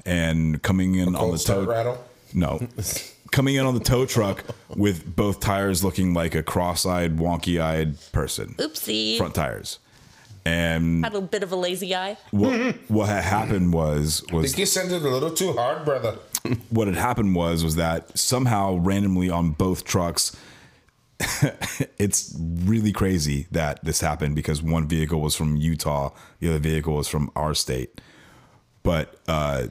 Speaker 1: and coming in on the
Speaker 3: Cold start
Speaker 1: toe
Speaker 3: rattle.
Speaker 1: no coming in on the tow truck with both tires looking like a cross-eyed, wonky-eyed person.
Speaker 2: Oopsie.
Speaker 1: Front tires, and
Speaker 2: Had a bit of a lazy eye.
Speaker 1: what what had happened was was
Speaker 3: Think you sent it a little too hard, brother.
Speaker 1: what had happened was was that somehow randomly on both trucks it's really crazy that this happened because one vehicle was from Utah, the other vehicle was from our state. But uh,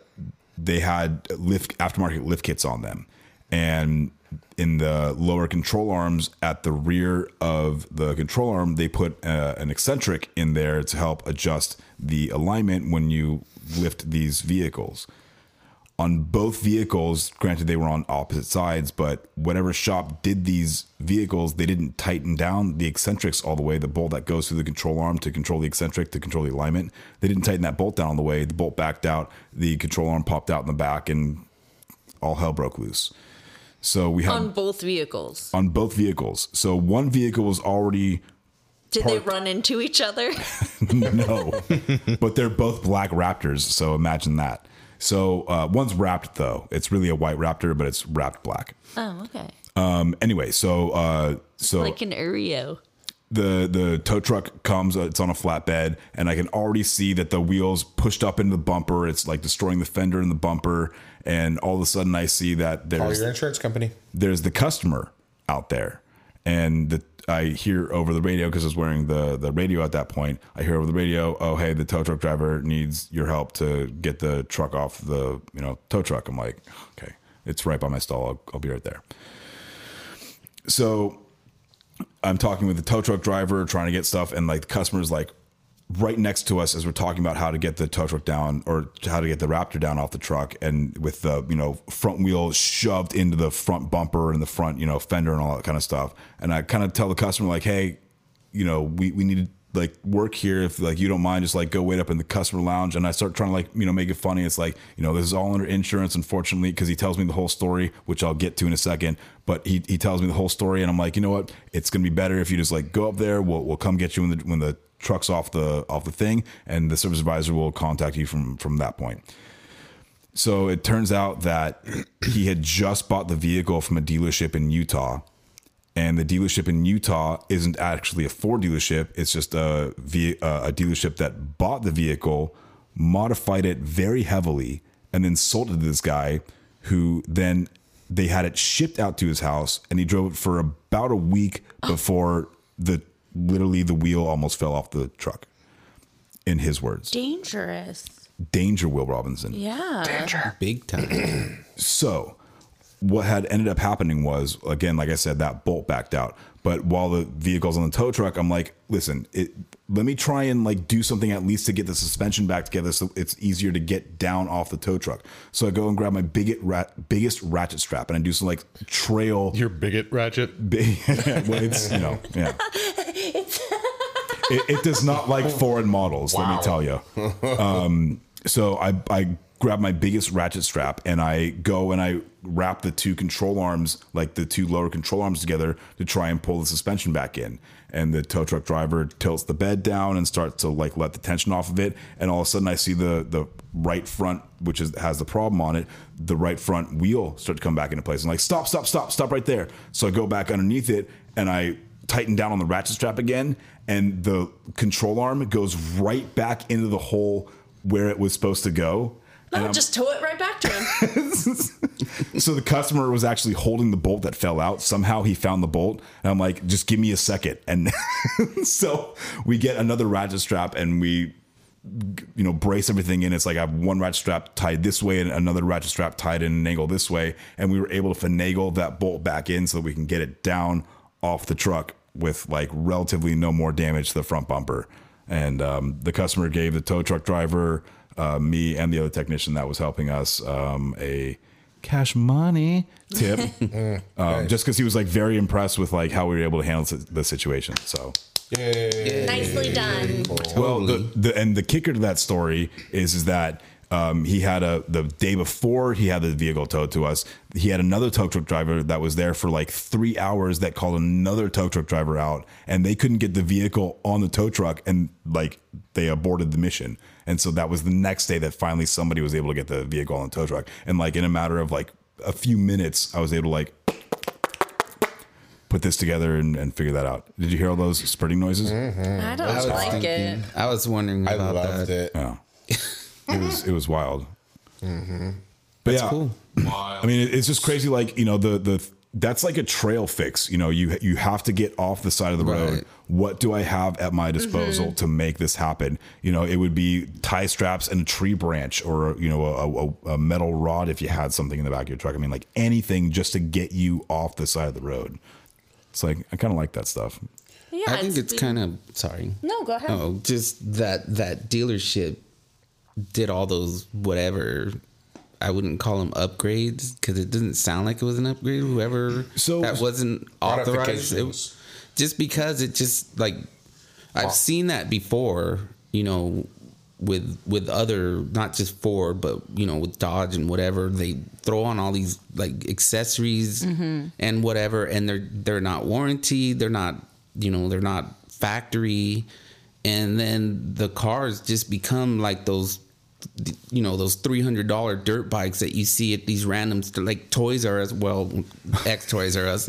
Speaker 1: they had lift aftermarket lift kits on them. And in the lower control arms at the rear of the control arm, they put uh, an eccentric in there to help adjust the alignment when you lift these vehicles on both vehicles granted they were on opposite sides but whatever shop did these vehicles they didn't tighten down the eccentrics all the way the bolt that goes through the control arm to control the eccentric to control the alignment they didn't tighten that bolt down all the way the bolt backed out the control arm popped out in the back and all hell broke loose so we had
Speaker 2: On
Speaker 1: on,
Speaker 2: both vehicles.
Speaker 1: both vehicles so one vehicle was already
Speaker 2: Did
Speaker 1: parked-
Speaker 2: they run into each other?
Speaker 1: no, but they're both black raptors. So imagine that. So uh, one's wrapped though. It's really a white raptor, but it's wrapped black.
Speaker 2: oh, okay.
Speaker 1: Um, anyway, so uh, so
Speaker 2: Like an Oreo.
Speaker 1: the the tow truck comes. uh, It's on a flatbed, and I can already see that the wheels pushed up into the bumper. It's like destroying the fender and the bumper, and all of a sudden I see that
Speaker 3: Call
Speaker 1: there's
Speaker 3: your insurance company.
Speaker 1: there's the customer out there and the I hear over the radio because I was wearing the the radio at that point. I hear over the radio, "Oh, hey, the tow truck driver needs your help to get the truck off the you know tow truck." I'm like, "Okay, it's right by my stall. I'll, I'll be right there." So I'm talking with the tow truck driver, trying to get stuff, and like the customer's like right next to us as we're talking about how to get the tow truck down or how to get the Raptor down off the truck, and with the you know front wheel shoved into the front bumper and the front you know fender and all that kind of stuff. And I kind of tell the customer like, hey, you know, we we need to like work here if like you don't mind just like go wait up in the customer lounge and i start trying to like you know make it funny it's like you know this is all under insurance unfortunately because he tells me the whole story which i'll get to in a second but he, he tells me the whole story and i'm like you know what it's gonna be better if you just like go up there we'll, we'll come get you when the when the truck's off the off the thing and the service advisor will contact you from from that point so it turns out that he had just bought the vehicle from a dealership in Utah. And the dealership in Utah isn't actually a Ford dealership. It's just a, ve- uh, a dealership that bought the vehicle, modified it very heavily, and then sold it to this guy who then they had it shipped out to his house. And he drove it for about a week before the literally the wheel almost fell off the truck, in his words.
Speaker 2: Dangerous.
Speaker 1: Danger, Will Robinson.
Speaker 2: Yeah.
Speaker 6: Big time.
Speaker 1: So, what had ended up happening was, again, like I said, that bolt backed out. But while the vehicle's on the tow truck, I'm like, listen, it, let me try and like do something at least to get the suspension back together, so it's easier to get down off the tow truck. So I go and grab my bigot rat, biggest ratchet strap, and I do some like trail.
Speaker 4: Your bigot ratchet.
Speaker 1: big, well, it's you know, yeah. it, it does not like foreign models. Let me tell you. Um, so I I grab my biggest ratchet strap and I go and I wrap the two control arms, like the two lower control arms together, to try and pull the suspension back in. And the tow truck driver tilts the bed down and starts to like let the tension off of it. And all of a sudden, I see the the right front, which is has the problem on it, the right front wheel start to come back into place. I'm like, stop, stop, stop, stop right there. So I go back underneath it and I tighten down on the ratchet strap again, and the control arm goes right back into the hole where it was supposed to go.
Speaker 2: Oh, just tow it right back to him.
Speaker 1: So the customer was actually holding the bolt that fell out. Somehow he found the bolt, and I'm like, just give me a second. And so we get another ratchet strap, and we you know brace everything in it's like i have one ratchet strap tied this way and another ratchet strap tied in an angle this way and we were able to finagle that bolt back in so that we can get it down off the truck with like relatively no more damage to the front bumper and um, the customer gave the tow truck driver uh, me and the other technician that was helping us um, a cash money tip um, just because he was like very impressed with like how we were able to handle the situation so
Speaker 2: Nicely done.
Speaker 1: well, the, the and the kicker to that story is is that um, he had a the day before he had the vehicle towed to us. He had another tow truck driver that was there for like three hours that called another tow truck driver out, and they couldn't get the vehicle on the tow truck, and like they aborted the mission. And so that was the next day that finally somebody was able to get the vehicle on the tow truck, and like in a matter of like a few minutes, I was able to like. Put this together and, and figure that out. Did you hear all those spurting noises?
Speaker 2: I don't like it.
Speaker 6: I was wondering
Speaker 3: I
Speaker 6: about
Speaker 3: loved
Speaker 6: that.
Speaker 3: it.
Speaker 1: Yeah. it was it was wild. But yeah,
Speaker 6: Mm-hmm. Cool.
Speaker 1: I mean, it- it's just crazy. Like you know, the the that's like a trail fix. You know, you you have to get off the side of the road.
Speaker 6: Right. Mm-hmm.
Speaker 1: What do I have at my disposal to make this happen? You know, it would be tie straps and a tree branch, or you know, a, a, a metal rod if you had something in the back of your truck. I mean, like anything just to get you off the side of the road. It's like I kind of like that stuff.
Speaker 2: Yeah,
Speaker 6: I think it's kind of sorry.
Speaker 2: No, go ahead.
Speaker 6: Oh, just that that dealership did all those whatever. I wouldn't call them upgrades because it doesn't sound like it was an upgrade. Whoever
Speaker 1: So-
Speaker 6: that wasn't authorized, it,
Speaker 3: Modifications.
Speaker 6: just because it just like I've seen that before. You know, with with other not just Ford, but you know with Dodge and whatever they throw on all these like accessories
Speaker 1: Mm-hmm.
Speaker 6: and whatever, and they're they're not warranty, they're not you know they're not factory, and then the cars just become like those you know those three hundred dollar dirt bikes that you see at these random st- like Toys R Us, well, ex Toys R Us,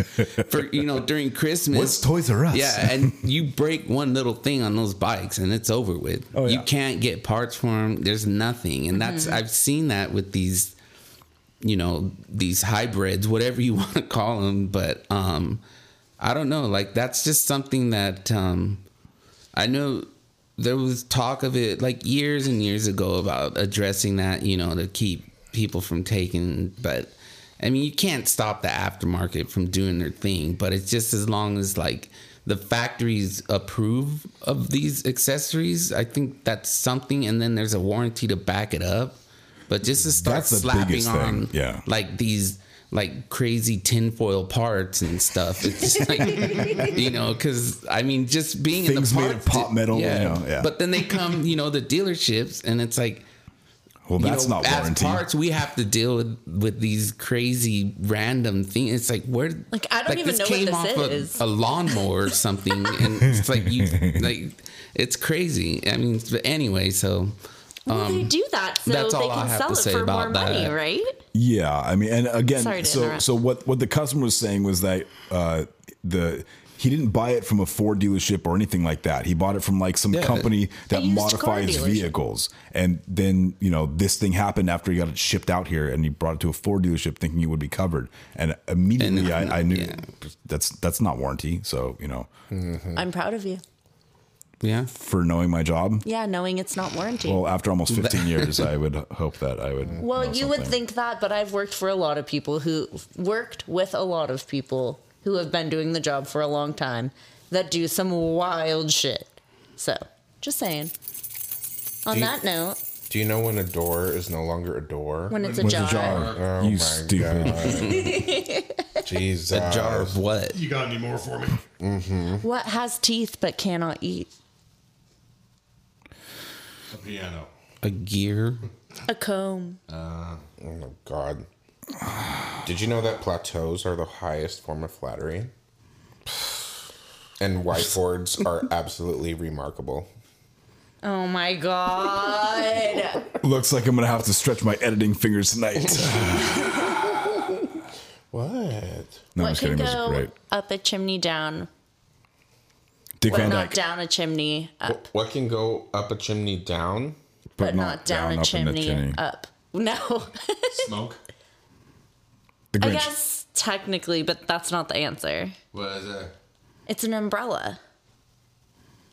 Speaker 6: for you know during Christmas.
Speaker 1: What's Toys R Us?
Speaker 6: Yeah, and you break one little thing on those bikes and it's over with.
Speaker 1: yeah.
Speaker 6: You can't get parts for them. There's nothing, and that's I've seen that with these you know these hybrids whatever you want to call them but um i don't know like that's just something that um i know there was talk of it like years and years ago about addressing that you know to keep people from taking but i mean you can't stop the aftermarket from doing their thing but it's just as long as like the factories approve of these accessories i think that's something and then there's a warranty to back it up but just to start
Speaker 1: That's the
Speaker 6: slapping
Speaker 1: biggest thing,
Speaker 6: on
Speaker 1: yeah.
Speaker 6: like these like crazy tinfoil parts and stuff. It's just like you know, because I mean, just being
Speaker 1: Things
Speaker 6: in
Speaker 1: made
Speaker 6: the
Speaker 1: of
Speaker 6: parts,
Speaker 1: pop metal, you know, yeah.
Speaker 6: But then they come, you know, the dealerships, and it's like
Speaker 1: Well,
Speaker 6: you
Speaker 1: that's
Speaker 6: know,
Speaker 1: not
Speaker 6: as
Speaker 1: warranty.
Speaker 6: parts we have to deal with with these crazy random things. It's like where
Speaker 2: Like, I don't even know what this is.
Speaker 6: A, a lawnmower or something, and it's like you like it's crazy. I mean, but anyway, so
Speaker 2: Well, they do that so
Speaker 6: that's
Speaker 2: they
Speaker 6: all I
Speaker 2: can
Speaker 6: have
Speaker 2: sell
Speaker 6: to
Speaker 2: it
Speaker 6: say
Speaker 2: for more
Speaker 6: about
Speaker 2: money,
Speaker 6: that.
Speaker 2: right?
Speaker 1: Yeah, Uh, I mean, and again,
Speaker 2: Sorry to
Speaker 1: so
Speaker 2: interrupt.
Speaker 1: so what what the customer was saying was that uh, the he didn't buy it from a Ford dealership or anything like that. He bought it from like some
Speaker 6: Yeah.
Speaker 1: company that
Speaker 2: used car
Speaker 1: modifies
Speaker 2: dealership.
Speaker 1: vehicles. And then you know this thing happened after he got it shipped out here, and he brought it to a Ford dealership thinking it would be covered. And immediately,
Speaker 6: And-
Speaker 1: I, I knew
Speaker 6: yeah.
Speaker 1: that's that's not warranty. So you know,
Speaker 2: I'm proud of you.
Speaker 6: yeah.
Speaker 1: for knowing my job.
Speaker 2: Yeah, knowing it's not warranty.
Speaker 1: Well, after almost 15 years, I would hope that I would.
Speaker 2: Well,
Speaker 1: know
Speaker 2: you would
Speaker 1: something.
Speaker 2: think that, but I've worked for a lot of people who worked with a lot of people who have been doing the job for a long time that do some wild shit. So, just saying. On
Speaker 3: Do you-
Speaker 2: that note,
Speaker 3: Do you know when a door is no longer a door?
Speaker 2: when it's a
Speaker 1: With
Speaker 2: jar,
Speaker 1: a jar,
Speaker 3: Oh
Speaker 1: you
Speaker 3: my
Speaker 1: stupid.
Speaker 3: Jesus.
Speaker 6: A jar of what?
Speaker 4: You got any more for me?
Speaker 2: what has teeth but cannot eat?
Speaker 4: A piano.
Speaker 6: A gear?
Speaker 2: A comb.
Speaker 3: Oh my god. Did you know that plateaus are the highest form of flattery? And why Fords are absolutely remarkable.
Speaker 2: Oh my god.
Speaker 1: Looks like I'm gonna have to stretch my editing fingers tonight. No,
Speaker 3: What?
Speaker 1: I'm
Speaker 2: what
Speaker 1: just
Speaker 2: could
Speaker 1: kidding. That's
Speaker 2: go
Speaker 1: great.
Speaker 2: up a chimney down,
Speaker 1: Dick
Speaker 2: but
Speaker 1: Van
Speaker 2: not
Speaker 1: Dyke,
Speaker 2: down a chimney, up,
Speaker 3: What, what can go up a chimney down?
Speaker 2: but, not down, a
Speaker 1: up in the
Speaker 2: chimney, up. No.
Speaker 3: Smoke.
Speaker 1: The
Speaker 2: I
Speaker 1: Grinch.
Speaker 2: guess technically, but that's not the answer.
Speaker 4: What is that?
Speaker 2: It's an umbrella.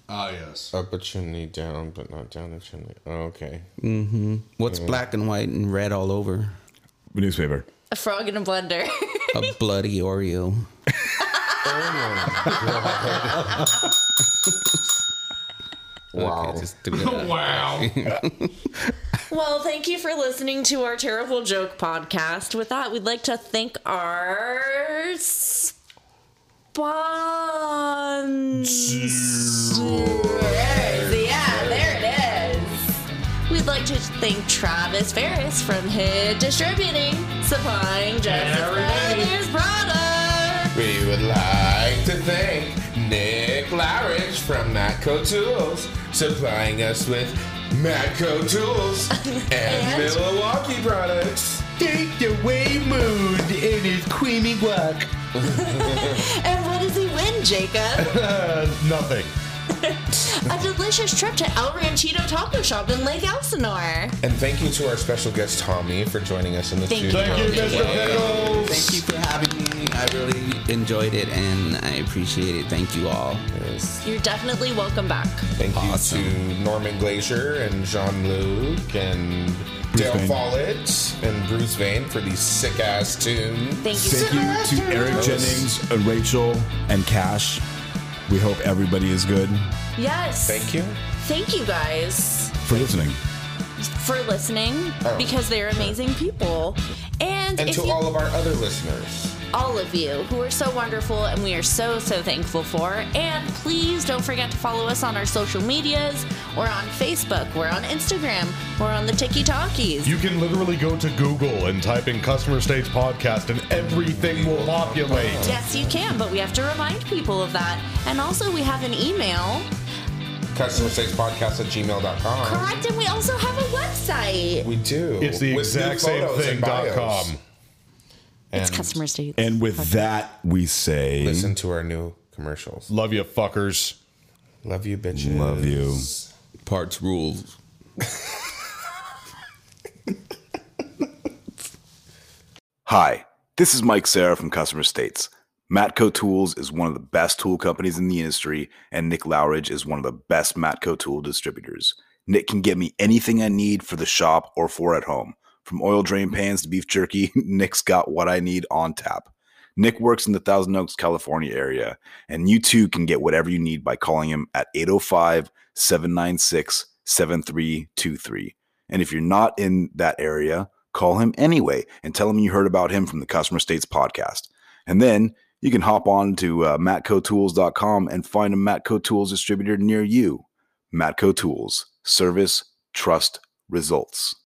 Speaker 4: Ah, yes.
Speaker 3: Up a chimney down, but not down a chimney. Oh, okay.
Speaker 6: What's black and white and red all over?
Speaker 1: Newspaper.
Speaker 2: A frog in a blender.
Speaker 6: A bloody Oreo.
Speaker 3: Wow.
Speaker 6: Okay, just do it.
Speaker 4: Wow.
Speaker 2: well, thank you for listening to our terrible joke podcast. With that, we'd like to thank our sponsors. Yeah, there it is. We'd like to thank Travis Ferris from Hid Distributing, supplying Justice Brothers products.
Speaker 3: We would like to thank Nick Larridge from Matco Tools, supplying us with Matco Tools and,
Speaker 2: And-
Speaker 3: Milwaukee products.
Speaker 8: Take the way moon in his creamy work.
Speaker 2: And what does he win, Jacob?
Speaker 8: Nothing.
Speaker 2: a delicious trip to El Ranchito Taco Shop in Lake Elsinore.
Speaker 3: And thank you to our special guest Tommy for joining us in the
Speaker 2: Thank you.
Speaker 3: studio.
Speaker 2: Thank you, Mr.
Speaker 3: Pickles.
Speaker 6: Thank you for having me. I really enjoyed it and I appreciate it. Thank you all.
Speaker 2: You're definitely welcome back.
Speaker 3: Thank you to
Speaker 6: Awesome.
Speaker 3: Norman Glacier and Jean Luc and Dale
Speaker 1: Vane.
Speaker 3: Follett and Bruce Vane for these sick ass tunes.
Speaker 2: Thank you.
Speaker 1: Thank you to Eric Jennings, and Uh, Rachel, and Cash. We hope everybody is good
Speaker 2: Yes.
Speaker 3: Thank you.
Speaker 2: Thank you guys
Speaker 1: for listening.
Speaker 2: for listening because they're amazing people. And,
Speaker 3: And
Speaker 2: if
Speaker 3: to
Speaker 2: you,
Speaker 3: all of our other listeners.
Speaker 2: all of you who are so wonderful and we are so, so thankful for. And please don't forget to follow us on our social medias. We're on Facebook, we're on Instagram, we're on the Tiki Talkies.
Speaker 4: You can literally go to Google and type in customer states podcast and everything will populate.
Speaker 2: Yes, you can, but we have to remind people of that. And also, we have an email,
Speaker 3: Customer States Podcast at gmail.com.
Speaker 2: correct? And we also have a website.
Speaker 3: We do.
Speaker 4: It's the
Speaker 3: With new
Speaker 4: exact same
Speaker 3: photos
Speaker 4: thing
Speaker 3: and
Speaker 4: dot
Speaker 3: bios.
Speaker 4: com.
Speaker 2: It's
Speaker 3: And
Speaker 2: customer states.
Speaker 1: And with that, we say,
Speaker 3: Listen to our new commercials.
Speaker 4: Love you fuckers.
Speaker 3: Love you, bitches.
Speaker 1: love you.
Speaker 6: Parts rules.
Speaker 1: Hi, this is Mike Sarah from Customer States. Matco Tools is one of the best tool companies in the industry, and Nick Lowridge is one of the best Matco tool distributors. Nick can get me anything I need for the shop or for at home. From oil drain pans to beef jerky, Nick's got what I need on tap. Nick works in the Thousand Oaks, California area, and you too can get whatever you need by calling him at 805 796 7323. And if you're not in that area, call him anyway and tell him you heard about him from the Customer States podcast. And then you can hop on to uh, matcotools.com and find a Matco Tools distributor near you. Matco Tools, service, trust, results.